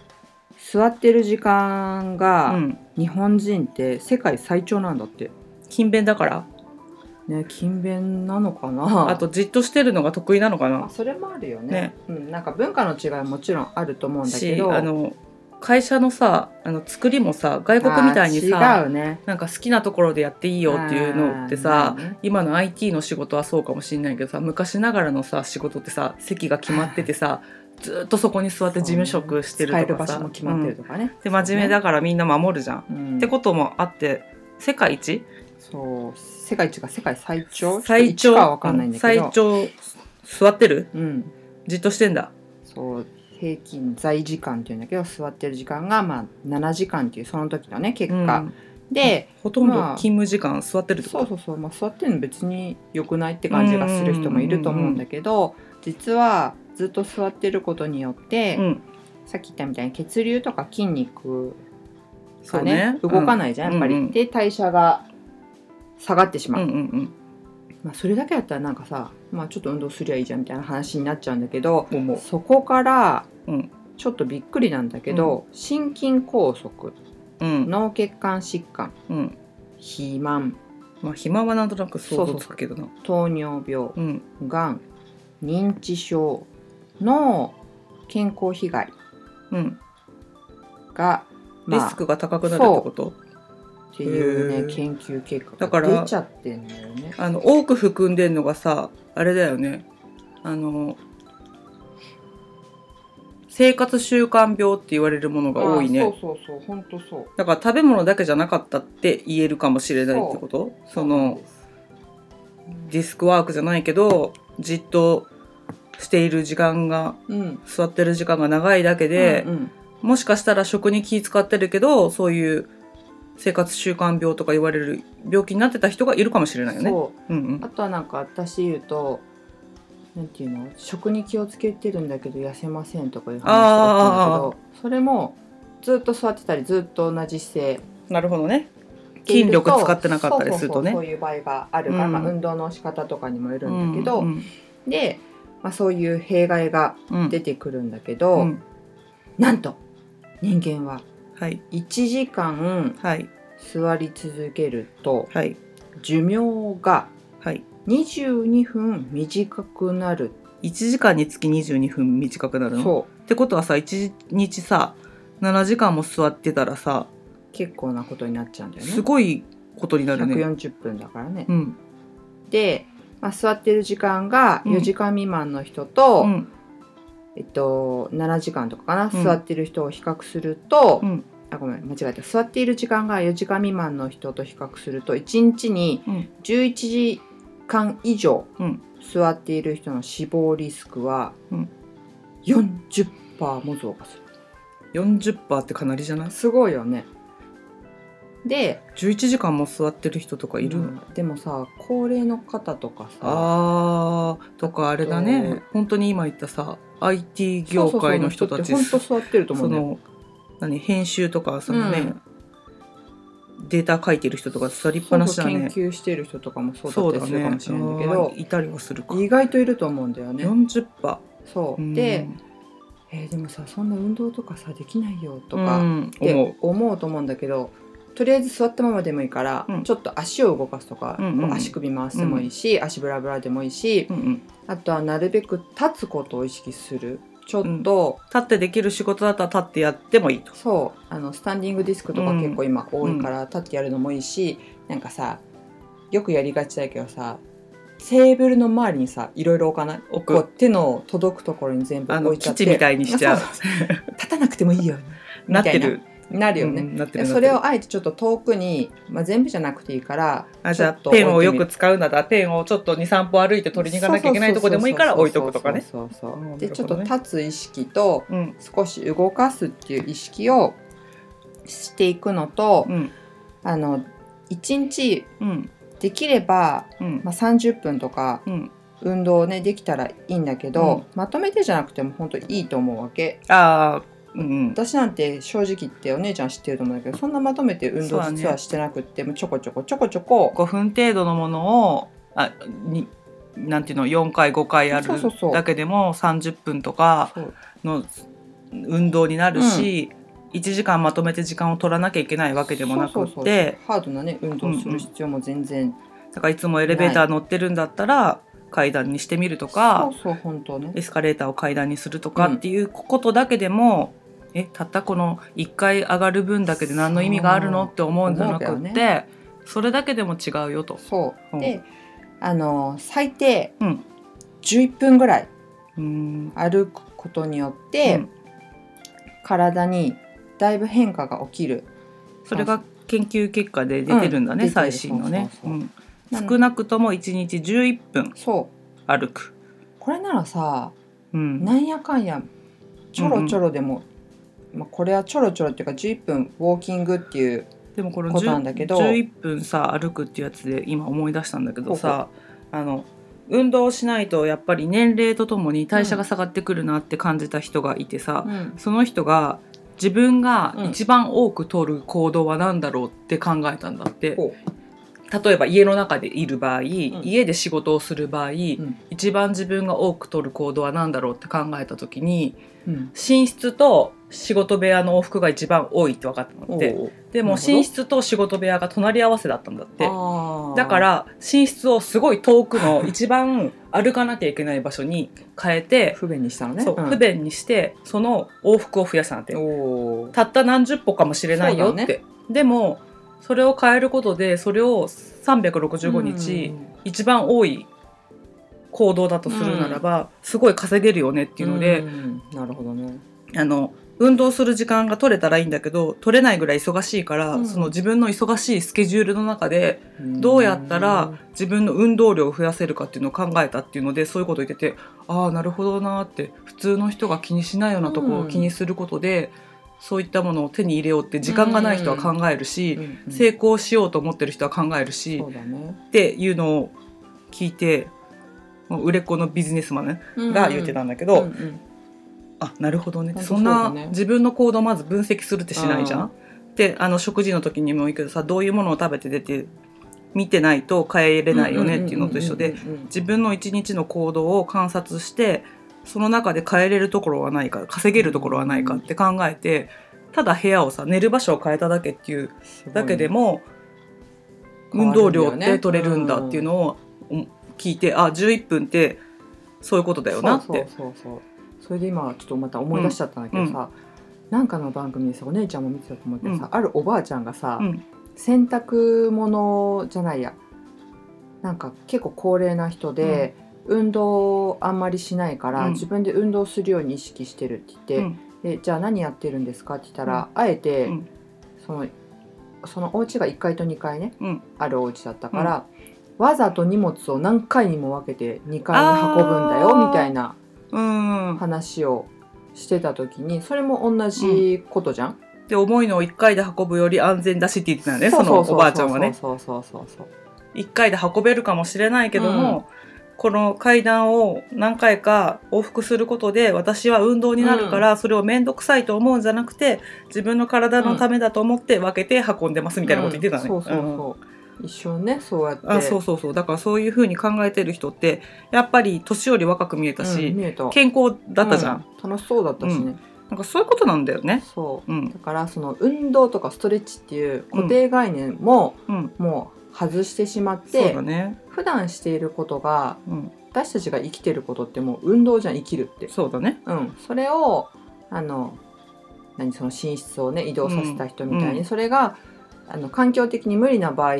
[SPEAKER 2] 座ってる時間
[SPEAKER 1] う
[SPEAKER 2] が
[SPEAKER 1] ん
[SPEAKER 2] 日本人って世界最長なんだって。
[SPEAKER 1] 勤勉だから
[SPEAKER 2] ね、勤勉なのかな
[SPEAKER 1] あとじっとしてるのが得意なのか
[SPEAKER 2] あ
[SPEAKER 1] な
[SPEAKER 2] それもあるよね
[SPEAKER 1] ね
[SPEAKER 2] うん、なんか文化の違いはもちろんあると思うんだけ
[SPEAKER 1] し
[SPEAKER 2] ど
[SPEAKER 1] あの会社のさあの作りもさ外国みたいにさ
[SPEAKER 2] あー違うね
[SPEAKER 1] なんか好きなところでやっていいよっていうのってさ
[SPEAKER 2] あーないね
[SPEAKER 1] 今の IT の仕事はそうかもしれないけどさ昔ながらのさ仕事ってさ席が決まってて さずーっとそこに座って事務職してるとか
[SPEAKER 2] 使える場
[SPEAKER 1] さ、
[SPEAKER 2] 所も決まってるとかね、
[SPEAKER 1] うんで真面目だからみんな守るじゃん、
[SPEAKER 2] うん
[SPEAKER 1] ってこともあって世界一
[SPEAKER 2] そう世界一が世界最長
[SPEAKER 1] 最
[SPEAKER 2] ちょ
[SPEAKER 1] 長
[SPEAKER 2] っと一かは分かんないんだけど
[SPEAKER 1] 最長座ってる
[SPEAKER 2] うん
[SPEAKER 1] じっとしてんだ
[SPEAKER 2] そう平均在時間っていうんだけど座ってる時間がまあ7時間っていうその時のね結
[SPEAKER 1] うん
[SPEAKER 2] 果、で
[SPEAKER 1] ほとんど
[SPEAKER 2] まあ
[SPEAKER 1] 勤務時間座ってるってこ
[SPEAKER 2] そう
[SPEAKER 1] と
[SPEAKER 2] そうそう、まあ、座ってるの別に良くないって感じがする人もいると思うんだけど実はずっと座ってることによって、
[SPEAKER 1] うん
[SPEAKER 2] さっき言ったみたいに血流とか筋肉
[SPEAKER 1] そ
[SPEAKER 2] が
[SPEAKER 1] う
[SPEAKER 2] ね
[SPEAKER 1] ね
[SPEAKER 2] 動か
[SPEAKER 1] い
[SPEAKER 2] ないじゃんやっぱり、
[SPEAKER 1] うんうん
[SPEAKER 2] で代謝が下がってし
[SPEAKER 1] う
[SPEAKER 2] ま
[SPEAKER 1] ん
[SPEAKER 2] う、
[SPEAKER 1] うんうん
[SPEAKER 2] まあ、それだけだったらなんかさ、まあ、ちょっと運動すりゃいいじゃんみたいな話になっちゃうんだけど
[SPEAKER 1] うん思う
[SPEAKER 2] そこから
[SPEAKER 1] うん
[SPEAKER 2] ちょっとびっくりなんだけど、心筋梗塞
[SPEAKER 1] うん
[SPEAKER 2] 脳血管疾患
[SPEAKER 1] うん
[SPEAKER 2] 肥満
[SPEAKER 1] まあ暇はなんとなく想像つくけどな
[SPEAKER 2] 糖尿病
[SPEAKER 1] うん
[SPEAKER 2] がん認知症の健康被害
[SPEAKER 1] うん
[SPEAKER 2] が、
[SPEAKER 1] リ
[SPEAKER 2] まあ、
[SPEAKER 1] スクが高くなるってこと
[SPEAKER 2] っていう
[SPEAKER 1] へー
[SPEAKER 2] ね研究結果
[SPEAKER 1] だか
[SPEAKER 2] が
[SPEAKER 1] ら
[SPEAKER 2] 出ちゃってんだよね。
[SPEAKER 1] あの多く含んでんのがさあれだよねあの生活習慣病って言われるものが多いね
[SPEAKER 2] あーそうそうそう本当そう。
[SPEAKER 1] だから食べ物だけじゃなかったって言えるかもしれないってことそのディスクワークじゃないけどじっとしている時間が
[SPEAKER 2] うん
[SPEAKER 1] 座ってる時間が長いだけで、
[SPEAKER 2] うんうん
[SPEAKER 1] もしかしたら食に気使ってるけどそういう生活習慣病とか言われる病気になってた人がいるかもしれないよね。
[SPEAKER 2] そう
[SPEAKER 1] うんうん
[SPEAKER 2] あとはなんか私言うと。なんていうの食に気をつけてるんだけど痩せませんとかいう話だったんだけどそれもずっと座ってたりずっと同じ姿勢
[SPEAKER 1] なるほどね。筋力使ってなかったりするとね
[SPEAKER 2] そうそうそうそういう場合があるから、
[SPEAKER 1] うん
[SPEAKER 2] まあ、運動の仕方とかにもよる
[SPEAKER 1] うん
[SPEAKER 2] だけど、
[SPEAKER 1] ん
[SPEAKER 2] で、まあ、そういう弊害が
[SPEAKER 1] うん
[SPEAKER 2] 出てくるんだけど、
[SPEAKER 1] うん
[SPEAKER 2] なんと人間は
[SPEAKER 1] はい
[SPEAKER 2] 1時間
[SPEAKER 1] はい
[SPEAKER 2] 座り続けると
[SPEAKER 1] はい
[SPEAKER 2] 寿命が
[SPEAKER 1] はい。
[SPEAKER 2] 22分短くなる
[SPEAKER 1] 1時間につき22分短くなるの
[SPEAKER 2] そ
[SPEAKER 1] ってことはさ1日さ7時間も座ってたらさ
[SPEAKER 2] う結構なことになっちゃうんだよね
[SPEAKER 1] すごいことになるね。
[SPEAKER 2] 140分だからね
[SPEAKER 1] う、ん
[SPEAKER 2] で、まあ、座ってる時間が
[SPEAKER 1] うん
[SPEAKER 2] 4時間未満の人と、
[SPEAKER 1] うん
[SPEAKER 2] えっと、7時間とかかな、
[SPEAKER 1] うん
[SPEAKER 2] 座ってる人を比較すると、
[SPEAKER 1] うん
[SPEAKER 2] あごめん間違えた座っている時間が4時間未満の人と比較すると1日に
[SPEAKER 1] うん
[SPEAKER 2] 11時間以上
[SPEAKER 1] うん
[SPEAKER 2] 座っている人の死亡リスクは
[SPEAKER 1] うん
[SPEAKER 2] 40%も増加する、
[SPEAKER 1] 40%ってかなりじゃない
[SPEAKER 2] すごいよねで
[SPEAKER 1] ?11 時間も座ってる人とかいるの、
[SPEAKER 2] うんでもさ高齢の方とかさ
[SPEAKER 1] あーとかあれだ
[SPEAKER 2] あ
[SPEAKER 1] ね
[SPEAKER 2] と
[SPEAKER 1] 本当に今言ったさ IT 業界の人たち
[SPEAKER 2] 本当座ってると思
[SPEAKER 1] そう
[SPEAKER 2] ね
[SPEAKER 1] の何編集とかそのね、データ書いてる人とか座りっぱなしだね。
[SPEAKER 2] 研究してる人とかもそう
[SPEAKER 1] そう
[SPEAKER 2] だっ
[SPEAKER 1] だ
[SPEAKER 2] たりする
[SPEAKER 1] ね
[SPEAKER 2] かもしれないんだけど
[SPEAKER 1] あーいたりはするか。
[SPEAKER 2] 意外といると思うんだよね。
[SPEAKER 1] 40%パ
[SPEAKER 2] そう
[SPEAKER 1] ー。
[SPEAKER 2] で、えーでもさそんな運動とかさできないよ
[SPEAKER 1] と
[SPEAKER 2] とかって
[SPEAKER 1] 思う。
[SPEAKER 2] 思うと思うんだけど、とりあえず座ったままでもいいから、
[SPEAKER 1] うん
[SPEAKER 2] ちょっと足を動かすとか、
[SPEAKER 1] うんうんうん
[SPEAKER 2] こう足首回すでもいいし、足ブラブラでもいいし
[SPEAKER 1] うんうん
[SPEAKER 2] あとはなるべく立つことを意識するちょっと、
[SPEAKER 1] 立ってできる仕事だったら立ってやってもいいと。
[SPEAKER 2] そうあのスタンディングディスクとか結構今多いから立ってやるのもいいし、なんかさよくやりがちだけどさテーブルの周りにさいろいろ置かない
[SPEAKER 1] 置
[SPEAKER 2] こう
[SPEAKER 1] く
[SPEAKER 2] 手の届くところに全部
[SPEAKER 1] あ
[SPEAKER 2] 置
[SPEAKER 1] の
[SPEAKER 2] いちゃ
[SPEAKER 1] 基
[SPEAKER 2] って
[SPEAKER 1] 地みたいにしちゃう
[SPEAKER 2] そ。立たなくてもいいように
[SPEAKER 1] なってる。
[SPEAKER 2] みたいななるよ
[SPEAKER 1] う
[SPEAKER 2] ね、
[SPEAKER 1] んなって
[SPEAKER 2] で
[SPEAKER 1] る。
[SPEAKER 2] それ
[SPEAKER 1] なって
[SPEAKER 2] をあえてちょっと遠くに、まあ、全部じゃなくていいから
[SPEAKER 1] るあじゃあ
[SPEAKER 2] ちょっと
[SPEAKER 1] ペンをよ
[SPEAKER 2] 置い
[SPEAKER 1] く
[SPEAKER 2] て
[SPEAKER 1] 使うんだったらペンをちょっと23歩歩いて
[SPEAKER 2] みる
[SPEAKER 1] 取りに行かなきゃいけないとこでもいいから置いとくとかね。
[SPEAKER 2] そうそうそうそう
[SPEAKER 1] うん
[SPEAKER 2] で
[SPEAKER 1] な
[SPEAKER 2] ち
[SPEAKER 1] る
[SPEAKER 2] ょ
[SPEAKER 1] ほ
[SPEAKER 2] っと
[SPEAKER 1] どね
[SPEAKER 2] 立つ意識と
[SPEAKER 1] うん
[SPEAKER 2] 少し動かすっていう意識をしていくのと、
[SPEAKER 1] うん
[SPEAKER 2] あの1日
[SPEAKER 1] うん
[SPEAKER 2] できれば、
[SPEAKER 1] うん
[SPEAKER 2] まあ、30分とか
[SPEAKER 1] うん。
[SPEAKER 2] 運動ねできたらいいんだけど、
[SPEAKER 1] うん
[SPEAKER 2] まとめてじゃなくても本当いいと思うわけ
[SPEAKER 1] ああうんうん。
[SPEAKER 2] 私なんて正直言ってお姉ちゃん知ってると思うんだけどそんなまとめて運動
[SPEAKER 1] そうだね
[SPEAKER 2] 実はしてなくって、もうちょこちょこちょこちょこ
[SPEAKER 1] 5分程度のものをあになんていうの4回5回やる
[SPEAKER 2] そうそうそう
[SPEAKER 1] だけでも30分とか
[SPEAKER 2] そう
[SPEAKER 1] の運動になるし、1時間まとめて時間を取らなきゃいけないわけでもなく
[SPEAKER 2] そうそうそう
[SPEAKER 1] って
[SPEAKER 2] ハードなね運動する必要も全然
[SPEAKER 1] だからいつもエレベーター乗ってるんだったら階段にしてみるとか
[SPEAKER 2] そうそう本当ね
[SPEAKER 1] エスカレーターを階段にするとかっていうことだけでも、えたったこの1回上がる分だけで何の意味があるのって思うんじゃなく
[SPEAKER 2] そう思
[SPEAKER 1] っ
[SPEAKER 2] う
[SPEAKER 1] て、
[SPEAKER 2] けど
[SPEAKER 1] それだけでも違うよと。
[SPEAKER 2] そ
[SPEAKER 1] う
[SPEAKER 2] う、
[SPEAKER 1] ん
[SPEAKER 2] であの最低
[SPEAKER 1] うん
[SPEAKER 2] 11分ぐらいう
[SPEAKER 1] ーん
[SPEAKER 2] 歩くことによって、
[SPEAKER 1] うん
[SPEAKER 2] 体にだいぶ変化が起きる
[SPEAKER 1] それが研究結果で出てるんだね、
[SPEAKER 2] うん
[SPEAKER 1] 最新のね
[SPEAKER 2] 出てるそう
[SPEAKER 1] うん
[SPEAKER 2] なの
[SPEAKER 1] 少なくとも1日11分
[SPEAKER 2] そう
[SPEAKER 1] 歩く、
[SPEAKER 2] これならさ
[SPEAKER 1] うん、
[SPEAKER 2] なんやかんやちょろちょろでも、まあ、これはちょろちょろっていうか11分ウォーキングっていう
[SPEAKER 1] でもこの
[SPEAKER 2] ことなんだけど
[SPEAKER 1] 11分さ歩くっていうやつで今思い出したんだけどさあの運動しないとやっぱり年齢とともに代謝が下がってくるなって感じた人がいてさ、その人が自分が一番多く取る行動は何だろうって考えたんだって。
[SPEAKER 2] ほ
[SPEAKER 1] 例えば家の中でいる場合、家で仕事をする場合、
[SPEAKER 2] ん
[SPEAKER 1] 一番自分が多く取る行動は何だろうって考えた時に
[SPEAKER 2] うん
[SPEAKER 1] 寝室と仕事部屋の往復が一番多いって分かったのって
[SPEAKER 2] おう
[SPEAKER 1] でも
[SPEAKER 2] なるほど
[SPEAKER 1] 寝室と仕事部屋が隣り合わせだったんだって
[SPEAKER 2] あー
[SPEAKER 1] だから寝室をすごい遠くの一番歩かなきゃいけない場所に変えて、
[SPEAKER 2] 不便にしたのね
[SPEAKER 1] そう
[SPEAKER 2] うん
[SPEAKER 1] 不便にしてその往復を増やしたんだって
[SPEAKER 2] おー
[SPEAKER 1] たった何十歩かもしれないよって、
[SPEAKER 2] そうだ
[SPEAKER 1] でもそれを変えることでそれを365日、一番多い行動だとするならば、すごい稼げるよねっていうので、
[SPEAKER 2] んなるほどね
[SPEAKER 1] あの運動する時間が取れたらいいんだけど取れないぐらい忙しいから、
[SPEAKER 2] うん
[SPEAKER 1] その自分の忙しいスケジュールの中でどうやったら自分の運動量を増やせるかっていうのを考えたっていうのでそういうこと言っててああなるほどなーって普通の人が気にしないようなところを気にすることで、そういったものを手に入れようって時間がない人は考えるし、成
[SPEAKER 2] 功
[SPEAKER 1] 功しようと思ってる人は考えるし、
[SPEAKER 2] そうだね
[SPEAKER 1] っていうのを聞いてもう売れっ子のビジネスマンが言ってたんだけど、
[SPEAKER 2] うんうん
[SPEAKER 1] あなるほどね
[SPEAKER 2] 本当
[SPEAKER 1] そんな
[SPEAKER 2] そうだね
[SPEAKER 1] 自分の行動をまず分析するってしないじゃ
[SPEAKER 2] うん
[SPEAKER 1] ん。であの食事の時にもいいけどさどういうものを食べて出て見てないと変えれないよねっていうのと一緒で
[SPEAKER 2] うんうんうんうん
[SPEAKER 1] 自分の一日の行動を観察してその中で変えれるところはないか稼げるところはないかって考えてただ部屋をさ寝る場所を変えただけっていう
[SPEAKER 2] すごいね
[SPEAKER 1] だけでも、運動量って取れるんだっていうのをうん聞いて、あ11分ってそういうことだよなって
[SPEAKER 2] そうそうそうそうそれで今ちょっとまた思い出しちゃったんだけどさ、なんかの番組でさお姉ちゃんも見てたと思うけどさ、あるおばあちゃんがさ、
[SPEAKER 1] うん
[SPEAKER 2] 洗濯物じゃないやなんか結構高齢な人で、運動をあんまりしないから、
[SPEAKER 1] うん
[SPEAKER 2] 自分で運動するように意識してるって言って、
[SPEAKER 1] うん
[SPEAKER 2] でじゃあ何やってるんですかって言ったら、あえて、
[SPEAKER 1] うん
[SPEAKER 2] そのそのお家が1階と2階ね、
[SPEAKER 1] うん
[SPEAKER 2] あるお家だったから、わざと荷物を何回にも分けて2階に運ぶんだよ
[SPEAKER 1] あー
[SPEAKER 2] みたいな
[SPEAKER 1] うん
[SPEAKER 2] 話をしてた時にそれも同じことじゃん、
[SPEAKER 1] で重いのを1回で運ぶより安全だしって言ってたよね
[SPEAKER 2] そ
[SPEAKER 1] そうの
[SPEAKER 2] そうそう
[SPEAKER 1] おばあちゃんはね
[SPEAKER 2] そうそうそうそう
[SPEAKER 1] 1回で運べるかもしれないけども、この階段を何回か往復することで私は運動になるから、それを面倒くさいと思うんじゃなくて自分の体のためだと思って分けて運んでますみたいなこと言ってたね。
[SPEAKER 2] うんそうそう
[SPEAKER 1] うん
[SPEAKER 2] そう、一生ねそうやって
[SPEAKER 1] あそうそうそうだからそういうふうに考えてる人ってやっぱり年より若く見えたし、
[SPEAKER 2] うん見えた
[SPEAKER 1] 健康だったじゃん、、
[SPEAKER 2] う楽しそうだったしね、
[SPEAKER 1] なんかそういうことなんだよね
[SPEAKER 2] そう
[SPEAKER 1] うん
[SPEAKER 2] だからその運動とかストレッチっていう固定概念も
[SPEAKER 1] うん
[SPEAKER 2] もう外してしまっ
[SPEAKER 1] そう
[SPEAKER 2] て、
[SPEAKER 1] だね
[SPEAKER 2] 普段していることが
[SPEAKER 1] うん
[SPEAKER 2] 私たちが生きてることってもう運動じゃん生きるって、
[SPEAKER 1] そうだね
[SPEAKER 2] うん、それをあの何その寝室をね移動させた人みたいに、
[SPEAKER 1] うん
[SPEAKER 2] それがあの環境的に無理な場合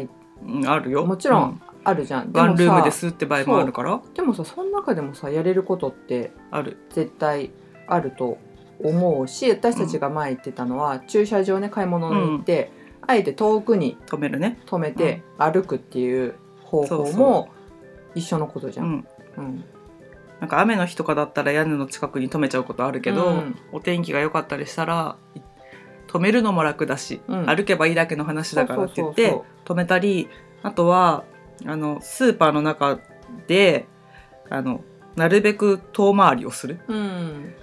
[SPEAKER 1] うんあるよ
[SPEAKER 2] もちろん
[SPEAKER 1] う
[SPEAKER 2] あるじゃん、で
[SPEAKER 1] ワン
[SPEAKER 2] も
[SPEAKER 1] ルーム
[SPEAKER 2] さ
[SPEAKER 1] ですって場合もあるから
[SPEAKER 2] でもさその中でもさやれることって
[SPEAKER 1] ある
[SPEAKER 2] 絶対あると思うし私たちが前言ってたのは、駐車場ね買い物に行って、あえて遠くに
[SPEAKER 1] 止めるね
[SPEAKER 2] 止めて歩くっていう方
[SPEAKER 1] そう
[SPEAKER 2] 法
[SPEAKER 1] そ
[SPEAKER 2] も一緒のことじゃ。
[SPEAKER 1] うんん
[SPEAKER 2] うん
[SPEAKER 1] なんか雨の日とかだったら屋根の近くに止めちゃうことあるけど、
[SPEAKER 2] うん
[SPEAKER 1] お天気が良かったりしたらい止めるのも楽だし、
[SPEAKER 2] うん
[SPEAKER 1] 歩けばいいだけの話だからって言って
[SPEAKER 2] そうそ
[SPEAKER 1] 止
[SPEAKER 2] う
[SPEAKER 1] めたりあとはあのスーパーの中であのなるべく遠回りをする
[SPEAKER 2] そうそううん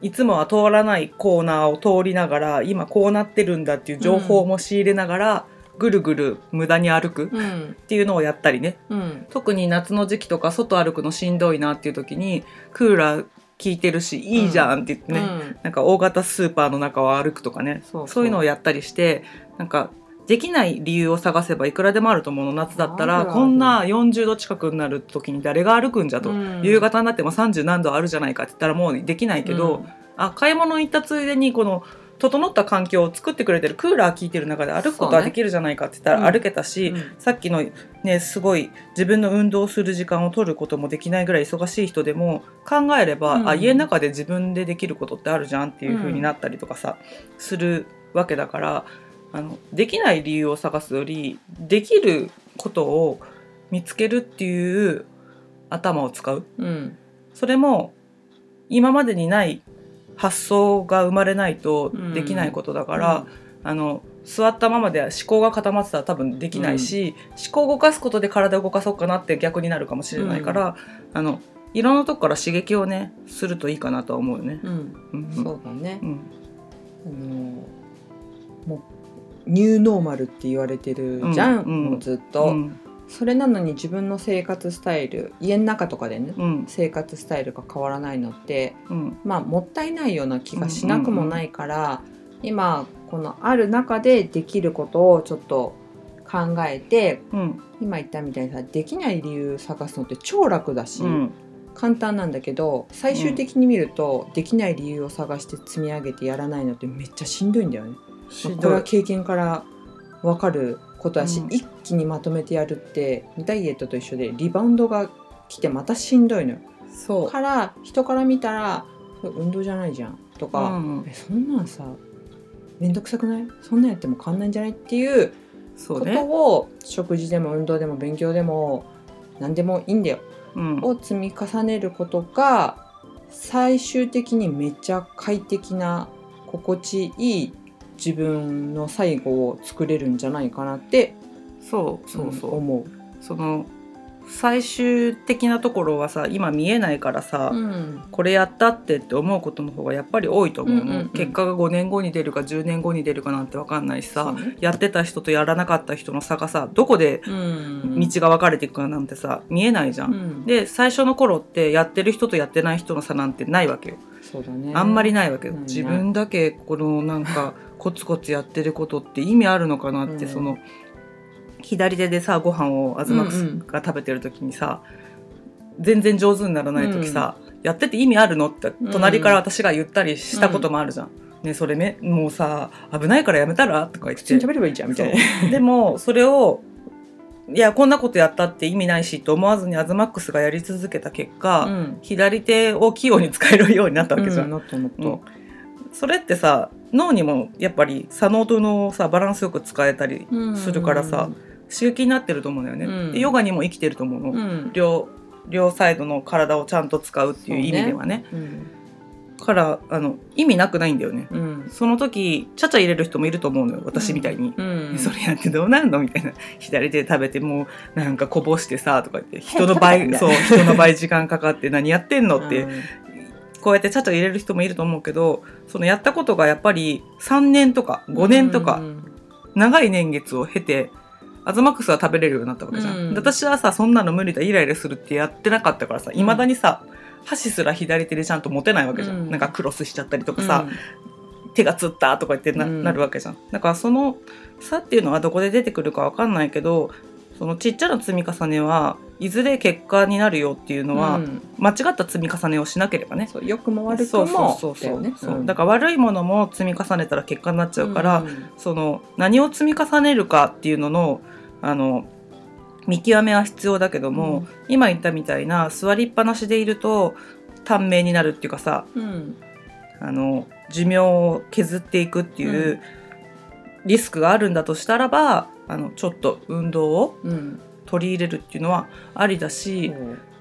[SPEAKER 1] いつもは通らないコーナーを通りながら今こうなってるんだっていう情報も仕入れながら、ぐるぐる無駄に歩くっ
[SPEAKER 2] うん
[SPEAKER 1] ていうのをやったりね
[SPEAKER 2] うん
[SPEAKER 1] 特に夏の時期とか外歩くのしんどいなっていう時にクーラー効いてるしいいじゃんって言ってね、
[SPEAKER 2] うん
[SPEAKER 1] なんか大型スーパーの中を歩くとかね
[SPEAKER 2] そうそう
[SPEAKER 1] そういうのをやったりしてなんかできない理由を探せばいくらでもあると思うの夏だった
[SPEAKER 2] あ
[SPEAKER 1] ら
[SPEAKER 2] るある
[SPEAKER 1] こんな40度近くになる時に誰が歩くんじゃと、
[SPEAKER 2] うん
[SPEAKER 1] 夕方になっても30何度あるじゃないかって言ったらもうできないけど、あ買い物行ったついでにこの整った環境を作ってくれてるクーラー効いてる中で歩くことはできるじゃないかって言った
[SPEAKER 2] そう
[SPEAKER 1] ら
[SPEAKER 2] ね
[SPEAKER 1] 歩けたし、
[SPEAKER 2] うんうん
[SPEAKER 1] さっきのねすごい自分の運動する時間を取ることもできないぐらい忙しい人でも考えれば、
[SPEAKER 2] うん
[SPEAKER 1] あ家の中で自分でできることってあるじゃんっていう風になったりとかさ、するわけだからあのできない理由を探すよりできることを見つけるっていう頭を使う
[SPEAKER 2] うん
[SPEAKER 1] それも今までにない発想が生まれないとできないことだから、あの座ったままで思考が固まってたら多分できないし、思考を動かすことで体を動かそうかなって逆になるかもしれないから、あのいろんなとこから刺激をねするといいかなとは思うよね。
[SPEAKER 2] うん、
[SPEAKER 1] うん
[SPEAKER 2] うん、そうだね
[SPEAKER 1] う、ん
[SPEAKER 2] あのもうニューノーマルって言われてるじゃ
[SPEAKER 1] う
[SPEAKER 2] ん、
[SPEAKER 1] んうん
[SPEAKER 2] もうずっと、
[SPEAKER 1] うん
[SPEAKER 2] それなのに自分の生活スタイル家の中とかでね、
[SPEAKER 1] うん
[SPEAKER 2] 生活スタイルが変わらないのって
[SPEAKER 1] うん
[SPEAKER 2] まあもったいないような気がしなくもないから、今このある中でできることをちょっと考えて
[SPEAKER 1] うん
[SPEAKER 2] 今言ったみたいにさできない理由探すのって超楽だし、
[SPEAKER 1] うん
[SPEAKER 2] 簡単なんだけど最終的に見ると、できない理由を探して積み上げてやらないのってめっちゃしんどいんだよね。
[SPEAKER 1] し
[SPEAKER 2] これ
[SPEAKER 1] ど
[SPEAKER 2] はい経験からわかることだし、
[SPEAKER 1] うん
[SPEAKER 2] 一気にまとめてやるってダイエットと一緒でリバウンドが来てまたしんどいのよ。
[SPEAKER 1] そう
[SPEAKER 2] から人から見たら「それ運動じゃないじゃん」と
[SPEAKER 1] う
[SPEAKER 2] か、
[SPEAKER 1] ん、
[SPEAKER 2] えそんなんさ面倒くさくないそんなんやっても変わんないんじゃないっていう
[SPEAKER 1] そう
[SPEAKER 2] こと
[SPEAKER 1] ね、
[SPEAKER 2] を、食事でも運動でも勉強でも何でもいいんだよ、
[SPEAKER 1] うん、
[SPEAKER 2] を積み重ねることが最終的にめっちゃ快適な心地いい自分の最後を作れるんじゃないかなって、
[SPEAKER 1] そうそうそう、
[SPEAKER 2] ん思
[SPEAKER 1] その最終的なところはさ今見えないからさ、
[SPEAKER 2] う。うん
[SPEAKER 1] これやったってって思うことの方がやっぱり多いと思うの、
[SPEAKER 2] うんうんうん
[SPEAKER 1] 結果が5年後に出るか10年後に出るかなんて分かんないしさ、
[SPEAKER 2] そうね
[SPEAKER 1] やってた人とやらなかった人の差がさどこで
[SPEAKER 2] うん
[SPEAKER 1] 道が分かれていくかなんてさ見えないじゃ。
[SPEAKER 2] うんん
[SPEAKER 1] で最初の頃ってやってる人とやってない人の差なんてないわけよ、
[SPEAKER 2] そうだね
[SPEAKER 1] あんまりないわけよ、
[SPEAKER 2] ないない
[SPEAKER 1] 自分だけこのなんかコツコツやってることって意味あるのかなって、
[SPEAKER 2] うん
[SPEAKER 1] その左手でさご飯を東
[SPEAKER 2] うんうん
[SPEAKER 1] が食べてる時にさ、全然上手にならない時さ、やってて意味あるのって隣から私が言ったりしたこともあるじゃん。ねそれねもうさ危ないからやめたらとか言っ
[SPEAKER 2] 普通に
[SPEAKER 1] て
[SPEAKER 2] 食べればいいじゃんみたいな。
[SPEAKER 1] そう でもそれをいやこんなことやったって意味ないしと思わずにアズマックスがやり続けた結果、
[SPEAKER 2] うん
[SPEAKER 1] 左手を器用に使えるようになったわけじゃん
[SPEAKER 2] うん、。なったなった
[SPEAKER 1] うんそれってさ脳にもやっぱり左脳とのさバランスよく使えたりするからさ、刺激になってると思うんだよね、
[SPEAKER 2] うん
[SPEAKER 1] でヨガにも生きてると思うの、
[SPEAKER 2] うん
[SPEAKER 1] 両両サイドの体をちゃんと使うっていう意味ではね
[SPEAKER 2] うん
[SPEAKER 1] からあの意味なくないんだよね
[SPEAKER 2] うん
[SPEAKER 1] その時ちゃちゃ入れる人もいると思うのよ私みたいに、
[SPEAKER 2] うん、
[SPEAKER 1] それやってどうなるのみたいな左手で食べてもうなんかこぼしてさとか言って人の倍
[SPEAKER 2] 早
[SPEAKER 1] そう
[SPEAKER 2] く食べたいんだ
[SPEAKER 1] 人の倍時間かかって何やってんのって
[SPEAKER 2] うん
[SPEAKER 1] こうやってちゃちゃ入れる人もいると思うけどそのやったことがやっぱり3年とか5年と
[SPEAKER 2] う
[SPEAKER 1] か
[SPEAKER 2] ん
[SPEAKER 1] 長い年月を経てアズマックスは食べれるようになったわけじゃん、
[SPEAKER 2] うん
[SPEAKER 1] で私はさそんなの無理だイライラするってやってなかったからさいまだにさ箸すら左手でちゃんと持てないわけじゃん、
[SPEAKER 2] うん
[SPEAKER 1] なんかクロスしちゃったりとかさ、、手がつったとか言ってな,、
[SPEAKER 2] うん
[SPEAKER 1] なるわけじゃんだからその差っていうのはどこで出てくるかわかんないけどそのちっちゃな積み重ねはいずれ結果になるよっていう
[SPEAKER 2] う
[SPEAKER 1] の
[SPEAKER 2] ん
[SPEAKER 1] は、
[SPEAKER 2] うん
[SPEAKER 1] 間違った積み重ねをしなければね
[SPEAKER 2] そう良くも悪く
[SPEAKER 1] そ
[SPEAKER 2] も
[SPEAKER 1] うそうそう
[SPEAKER 2] だ
[SPEAKER 1] そう
[SPEAKER 2] よね
[SPEAKER 1] そう、
[SPEAKER 2] ん
[SPEAKER 1] だから悪いものも積み重ねたら結果になっちゃうから、
[SPEAKER 2] うん
[SPEAKER 1] その何を積み重ねるかっていうののあの見極めは必要だけども、今言ったみたいな座りっぱなしでいると短命になるっていうかさ
[SPEAKER 2] うん
[SPEAKER 1] あの寿命を削っていくっていうリスクがあるんだとしたらばあのちょっと運動を
[SPEAKER 2] うん
[SPEAKER 1] 取り入れるっていうのはありだし、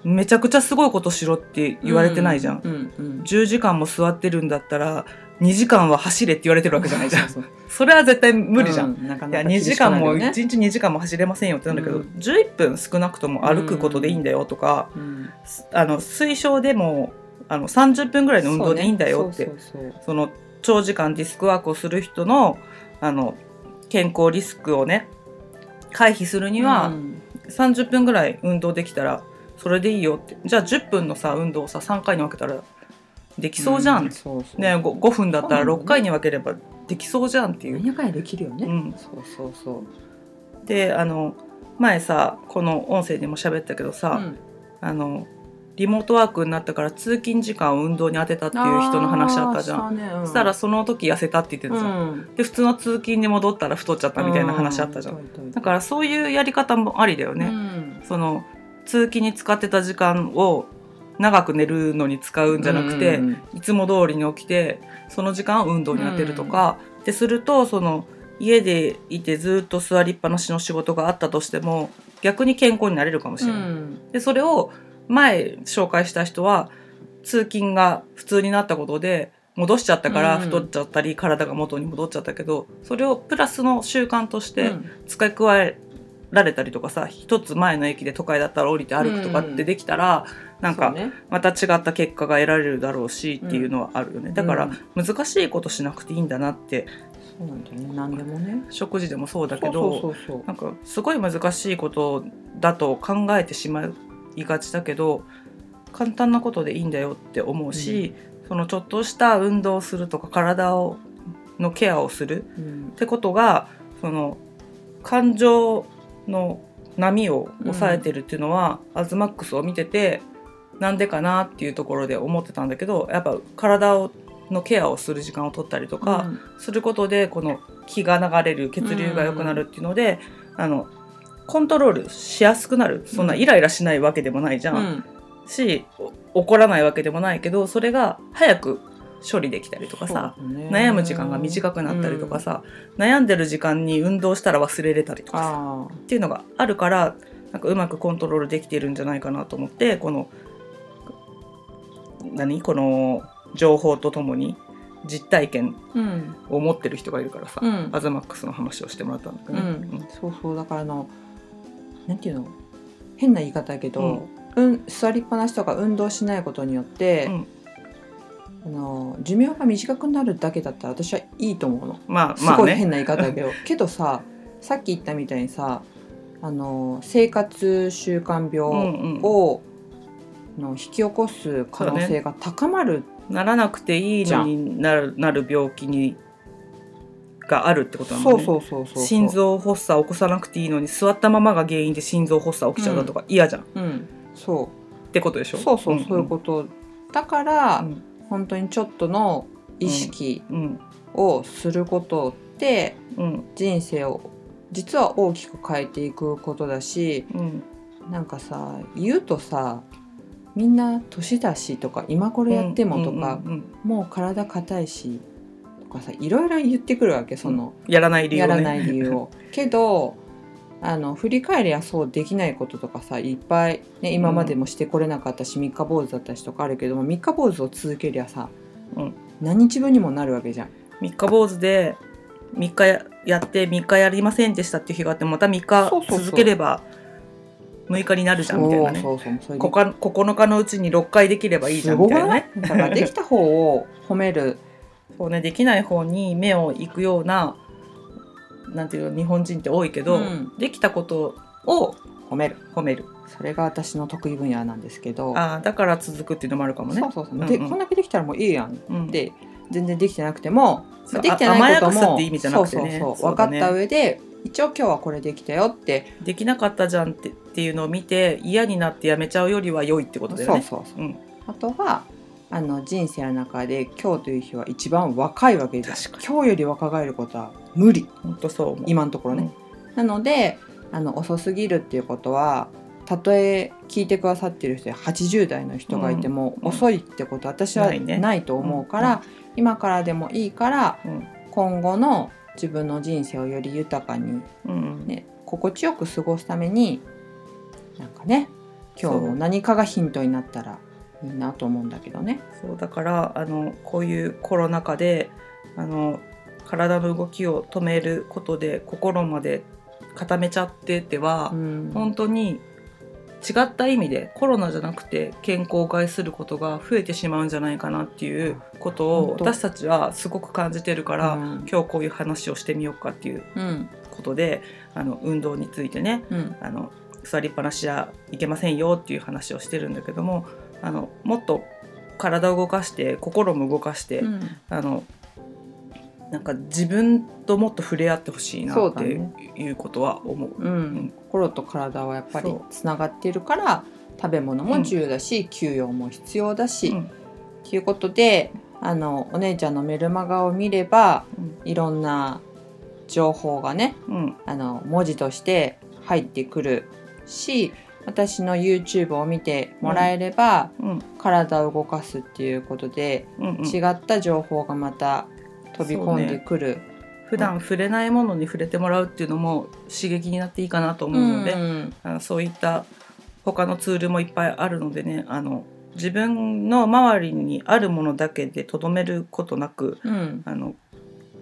[SPEAKER 2] そう
[SPEAKER 1] めちゃくちゃすごいことしろって言われてないじゃん
[SPEAKER 2] ううん
[SPEAKER 1] 10時間も座ってるんだったら2時間は走れって言われてるわけじゃないじゃん
[SPEAKER 2] そうそう
[SPEAKER 1] それは絶対無理じゃん、
[SPEAKER 2] うなか
[SPEAKER 1] いや
[SPEAKER 2] なか
[SPEAKER 1] 2時間も1
[SPEAKER 2] 厳
[SPEAKER 1] 日
[SPEAKER 2] し
[SPEAKER 1] 2時間も走れませんよってなんだけど、
[SPEAKER 2] うん
[SPEAKER 1] 11分少なくとも歩くことでいいんだよとか、
[SPEAKER 2] くなるよね
[SPEAKER 1] あの推奨でもあの30分ぐらいの運動でいいんだよって
[SPEAKER 2] そうねそうそうそう
[SPEAKER 1] その長時間ディスクワークをする人のあの健康リスクをね回避するには、
[SPEAKER 2] うん
[SPEAKER 1] 30分ぐらい運動できたらそれでいいよってじゃあ10分のさ運動をさ3回に分けたらできそうじゃん、
[SPEAKER 2] んそうそう
[SPEAKER 1] ね、5, 分だったら
[SPEAKER 2] そうなんだね
[SPEAKER 1] 6回に分ければできそうじゃんっていう。
[SPEAKER 2] 何やかんやできるよね、
[SPEAKER 1] うん
[SPEAKER 2] そうそうそう
[SPEAKER 1] であの前さこの音声でも喋ったけどさ、
[SPEAKER 2] うん
[SPEAKER 1] あのリモートワークになったから通勤時間を運動に当てたっていう人の話あったじゃん。
[SPEAKER 2] あーしたねうん
[SPEAKER 1] そしたらその時痩せたって言ってたじゃん。
[SPEAKER 2] うん
[SPEAKER 1] で普通の通勤に戻ったら太っちゃったみたいな話あったじゃん。
[SPEAKER 2] ん
[SPEAKER 1] だからそういうやり方もありだよね。
[SPEAKER 2] うん
[SPEAKER 1] その通勤に使ってた時間を長く寝るのに使うんじゃなくて、
[SPEAKER 2] うん
[SPEAKER 1] いつも通りに起きてその時間を運動に当てるとか、ってするとその家でいてずっと座りっぱなしの仕事があったとしても逆に健康になれるかもし
[SPEAKER 2] う
[SPEAKER 1] れない。
[SPEAKER 2] ん
[SPEAKER 1] でそれを前紹介した人は通勤が普通になったことで戻しちゃったか
[SPEAKER 2] う
[SPEAKER 1] ら
[SPEAKER 2] ん
[SPEAKER 1] 太っちゃったり、体が元に戻っちゃったけどそれをプラスの習慣とし
[SPEAKER 2] う
[SPEAKER 1] て
[SPEAKER 2] ん
[SPEAKER 1] 付け加えられたりとかさ一つ前の駅で都会だったら降りて歩くとかってできたら、なん
[SPEAKER 2] そ
[SPEAKER 1] か
[SPEAKER 2] うね
[SPEAKER 1] また違った結果が得られるだろうしっていうのはあるよね、だか
[SPEAKER 2] う
[SPEAKER 1] ら
[SPEAKER 2] ん
[SPEAKER 1] 難しいことしなくていいんだなって
[SPEAKER 2] そうなんだよね何でもね
[SPEAKER 1] 食事でもそうだけど
[SPEAKER 2] そうそうそうそう
[SPEAKER 1] なんかすごい難しいことだと考えてしまいがちだけど簡単なことでいいんだよって思うし、そのちょっとした運動をするとか体をのケアをする
[SPEAKER 2] うん
[SPEAKER 1] ってことがその感情の波を抑えてるっていうのは、アズマックスを見ててなんでかなっていうところで思ってたんだけどやっぱ体をのケアをする時間を取ったりとか、
[SPEAKER 2] うん
[SPEAKER 1] することでこの気が流れる血流が良くなるっていうので、あのコントロールしやすくなるそんなイライラしないわけでもないじゃ、
[SPEAKER 2] うんん
[SPEAKER 1] しお怒らないわけでもないけどそれが早く処理できたりとかさ、
[SPEAKER 2] そうだね
[SPEAKER 1] 悩む時間が短くなったりとかさ、悩んでる時間に運動したら忘れれたりと
[SPEAKER 2] うん
[SPEAKER 1] かさ
[SPEAKER 2] あ
[SPEAKER 1] っていうのがあるからなんかうまくコントロールできてるんじゃないかなと思ってこの何この情報とともに実体験
[SPEAKER 2] あうん
[SPEAKER 1] を持ってる人がいるからさ、
[SPEAKER 2] うん
[SPEAKER 1] アズマックスの話をしてもらったんだけど
[SPEAKER 2] う
[SPEAKER 1] ね、
[SPEAKER 2] ん、そうそうだからあのなんていうの変な言い方だけど、うん座りっぱなしとか運動しないことによって、
[SPEAKER 1] うん
[SPEAKER 2] あの寿命が短くなるだけだったら私はいいと思うの
[SPEAKER 1] まあ
[SPEAKER 2] す
[SPEAKER 1] まあ
[SPEAKER 2] ごい
[SPEAKER 1] ね
[SPEAKER 2] 変な言い方だけど、け どささっき言ったみたいにさあの生活習
[SPEAKER 1] う
[SPEAKER 2] 慣
[SPEAKER 1] ん
[SPEAKER 2] 病
[SPEAKER 1] うん
[SPEAKER 2] を、の引き起こす可能性が高まる、
[SPEAKER 1] ならなくていい
[SPEAKER 2] じゃ
[SPEAKER 1] のになるなる病気にがあるってことなの
[SPEAKER 2] そう
[SPEAKER 1] ね
[SPEAKER 2] そうそうそう
[SPEAKER 1] 心、臓発作起こさなくていいのに座ったままが原因で心臓発作起きちゃったとか嫌じゃん、っ
[SPEAKER 2] うん、そ
[SPEAKER 1] てことでし
[SPEAKER 2] う
[SPEAKER 1] ょ
[SPEAKER 2] そうそう、
[SPEAKER 1] んん
[SPEAKER 2] そういうことだから、
[SPEAKER 1] うん
[SPEAKER 2] 本当にちょっとの意識
[SPEAKER 1] うん
[SPEAKER 2] をすることって
[SPEAKER 1] うん
[SPEAKER 2] 人生を実は大きく変えていくことだし
[SPEAKER 1] うん
[SPEAKER 2] なんかさ言うとさみんな年だしとか今これやってもとか、
[SPEAKER 1] うんうんうん
[SPEAKER 2] もう体硬いしとかさいろいろ言ってくるわけその、
[SPEAKER 1] やらない理由、
[SPEAKER 2] や
[SPEAKER 1] ね、
[SPEAKER 2] らない理由 を。けどあの振り返りゃそうできないこととかさいっぱい、ね、今までもしてこれなかったし三日坊主だったしとかあるけども三日坊主を続けりゃさ、
[SPEAKER 1] うん
[SPEAKER 2] 何日分にもなるわけじゃん。
[SPEAKER 1] 三日坊主で3日ややって3日やりませんでしたっていう日があってまた3日
[SPEAKER 2] そうそうそう
[SPEAKER 1] 続ければ6日になるじゃんみたいなね
[SPEAKER 2] そうそうそうそれで
[SPEAKER 1] こか9日のうちに6回できればいいじゃんみたいなね
[SPEAKER 2] すごくないだからできた方を褒める。
[SPEAKER 1] そうねできない方に目を行くようななんていうの日本人って多いけど、
[SPEAKER 2] うん
[SPEAKER 1] できたことを
[SPEAKER 2] 褒める。
[SPEAKER 1] 褒める
[SPEAKER 2] それが私の得意分野なんですけど。
[SPEAKER 1] あーだから続くっていうのもあるかもね
[SPEAKER 2] そうそうそう。
[SPEAKER 1] んん
[SPEAKER 2] で、こんだけできたらもういいやんっ
[SPEAKER 1] うん
[SPEAKER 2] て、全然できてなくても、
[SPEAKER 1] そう
[SPEAKER 2] できてな
[SPEAKER 1] あ
[SPEAKER 2] いこと
[SPEAKER 1] 甘やかす
[SPEAKER 2] も、
[SPEAKER 1] って意味じゃ
[SPEAKER 2] そ
[SPEAKER 1] な
[SPEAKER 2] う
[SPEAKER 1] くて
[SPEAKER 2] そう
[SPEAKER 1] ね
[SPEAKER 2] そう。
[SPEAKER 1] そう
[SPEAKER 2] 分か
[SPEAKER 1] だ
[SPEAKER 2] っ
[SPEAKER 1] ね
[SPEAKER 2] た上で、一応今日はこれできたよって、
[SPEAKER 1] できなかったじゃんってっていうのを見て嫌になってやめちゃうよりは良いってことだよ
[SPEAKER 2] そう
[SPEAKER 1] ね
[SPEAKER 2] そうそう。
[SPEAKER 1] うん
[SPEAKER 2] あとは、あの人生の中で今日という日は一番若いわけじゃん
[SPEAKER 1] 確かに
[SPEAKER 2] 今日より若返ることは無理
[SPEAKER 1] 本当そう思う
[SPEAKER 2] 今のところね、なのであの遅すぎるっていうことはたとえ聞いてくださってる人で80代の人がいても、
[SPEAKER 1] うん
[SPEAKER 2] 遅いってことは私は
[SPEAKER 1] ないね
[SPEAKER 2] ないと思うから、今からでもいいから、
[SPEAKER 1] うん
[SPEAKER 2] 今後の自分の人生をより豊かに、
[SPEAKER 1] うん
[SPEAKER 2] ね、心地よく過ごすためになんかね今日
[SPEAKER 1] そ
[SPEAKER 2] も
[SPEAKER 1] う
[SPEAKER 2] 何かがヒントになったらいいなと思うんだけどね。
[SPEAKER 1] そうだからあのこういうコロナ禍であの体の動きを止めることで心まで固めちゃってては、
[SPEAKER 2] うん
[SPEAKER 1] 本当に違った意味でコロナじゃなくて健康を害することが増えてしまうんじゃないかなっていうことを
[SPEAKER 2] 本当
[SPEAKER 1] 私たちはすごく感じてるから、
[SPEAKER 2] うん
[SPEAKER 1] 今日こういう話をしてみようかっていう
[SPEAKER 2] うん
[SPEAKER 1] ことであの運動についてね
[SPEAKER 2] うん
[SPEAKER 1] あの座りっぱなしじゃいけませんよっていう話をしてるんだけどもあのもっと体を動かして心も動かして、
[SPEAKER 2] うん
[SPEAKER 1] あのなんか自分ともっと触れ合ってほしいな
[SPEAKER 2] そう
[SPEAKER 1] っ
[SPEAKER 2] だ
[SPEAKER 1] て
[SPEAKER 2] ね
[SPEAKER 1] いうことは思う。
[SPEAKER 2] うん
[SPEAKER 1] ん
[SPEAKER 2] 心と体はやっぱり
[SPEAKER 1] そう
[SPEAKER 2] つながってるから食べ物も自由だし、休養も必要だし、
[SPEAKER 1] う
[SPEAKER 2] っ
[SPEAKER 1] ん
[SPEAKER 2] ていうことであのお姉ちゃんのメルマガを見れば
[SPEAKER 1] うん
[SPEAKER 2] いろんな情報がね
[SPEAKER 1] うん
[SPEAKER 2] あの文字として入ってくるし私の YouTube を見てもらえれば、
[SPEAKER 1] うん
[SPEAKER 2] 体を動かすっていうことで、
[SPEAKER 1] うんうん
[SPEAKER 2] 違った情報がまた飛び込んでくる。
[SPEAKER 1] 普段触れないものに触れてもらうっていうのも刺激になっていいかなと思うので、
[SPEAKER 2] うん
[SPEAKER 1] あのそういった他のツールもいっぱいあるのでねあの自分の周りにあるものだけでとどめることなく
[SPEAKER 2] うん
[SPEAKER 1] あの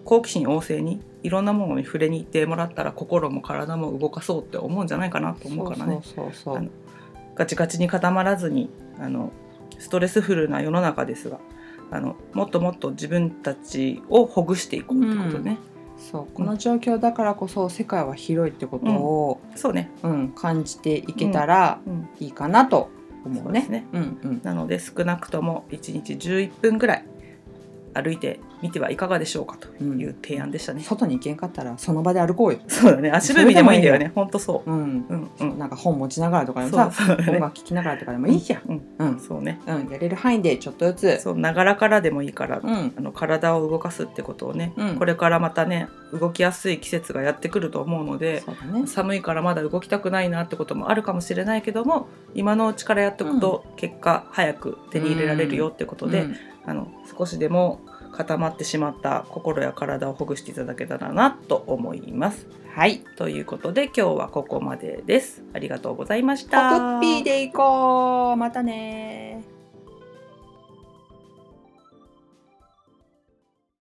[SPEAKER 1] 好奇心旺盛にいろんなものに触れに行ってもらったら心も体も動かそうって思うんじゃないかなと思うからね
[SPEAKER 2] そうそうそうそ
[SPEAKER 1] あ
[SPEAKER 2] う
[SPEAKER 1] のガチガチに固まらずにあのストレスフルな世の中ですがあのもっともっと自分たちをほぐしていこうってことね、
[SPEAKER 2] そうこの状況だからこそ世界は広いってことを、
[SPEAKER 1] そうね、
[SPEAKER 2] うん感じていけたら
[SPEAKER 1] うん、
[SPEAKER 2] いいかなと思
[SPEAKER 1] そううで
[SPEAKER 2] ね
[SPEAKER 1] す。ね
[SPEAKER 2] うんうん、
[SPEAKER 1] なので少なくとも1日11分ぐらい歩いてみてはいかがでしょうかという提案でしたね、
[SPEAKER 2] 外に行けんかったらその場で歩こうよ。
[SPEAKER 1] そうだね足踏みでもいいんだよねほんとそう
[SPEAKER 2] うん、
[SPEAKER 1] うんう
[SPEAKER 2] そうんなんか本持ちながらとかでも
[SPEAKER 1] そう
[SPEAKER 2] さ
[SPEAKER 1] そう
[SPEAKER 2] 音
[SPEAKER 1] ね
[SPEAKER 2] 楽聴きながらとかでもいいじゃん。
[SPEAKER 1] うん
[SPEAKER 2] うん、
[SPEAKER 1] そうね
[SPEAKER 2] うん、やれる範囲でちょっとずつ。
[SPEAKER 1] そうながらからでもいいから、
[SPEAKER 2] うん
[SPEAKER 1] あの体を動かすってことをね、
[SPEAKER 2] うん
[SPEAKER 1] これからまたね動きやすい季節がやってくると思うので
[SPEAKER 2] そうだね。
[SPEAKER 1] 寒いからまだ動きたくないなってこともあるかもしれないけども今のうちからやっておくと結果早く手に入れられるよってことで、
[SPEAKER 2] うん
[SPEAKER 1] あの少しでも固まってしまった心や体をほぐしていただけたらなと思います。
[SPEAKER 2] はい。
[SPEAKER 1] ということで今日はここまでです。ありがとうございました。
[SPEAKER 2] コクッピーで行こう。またね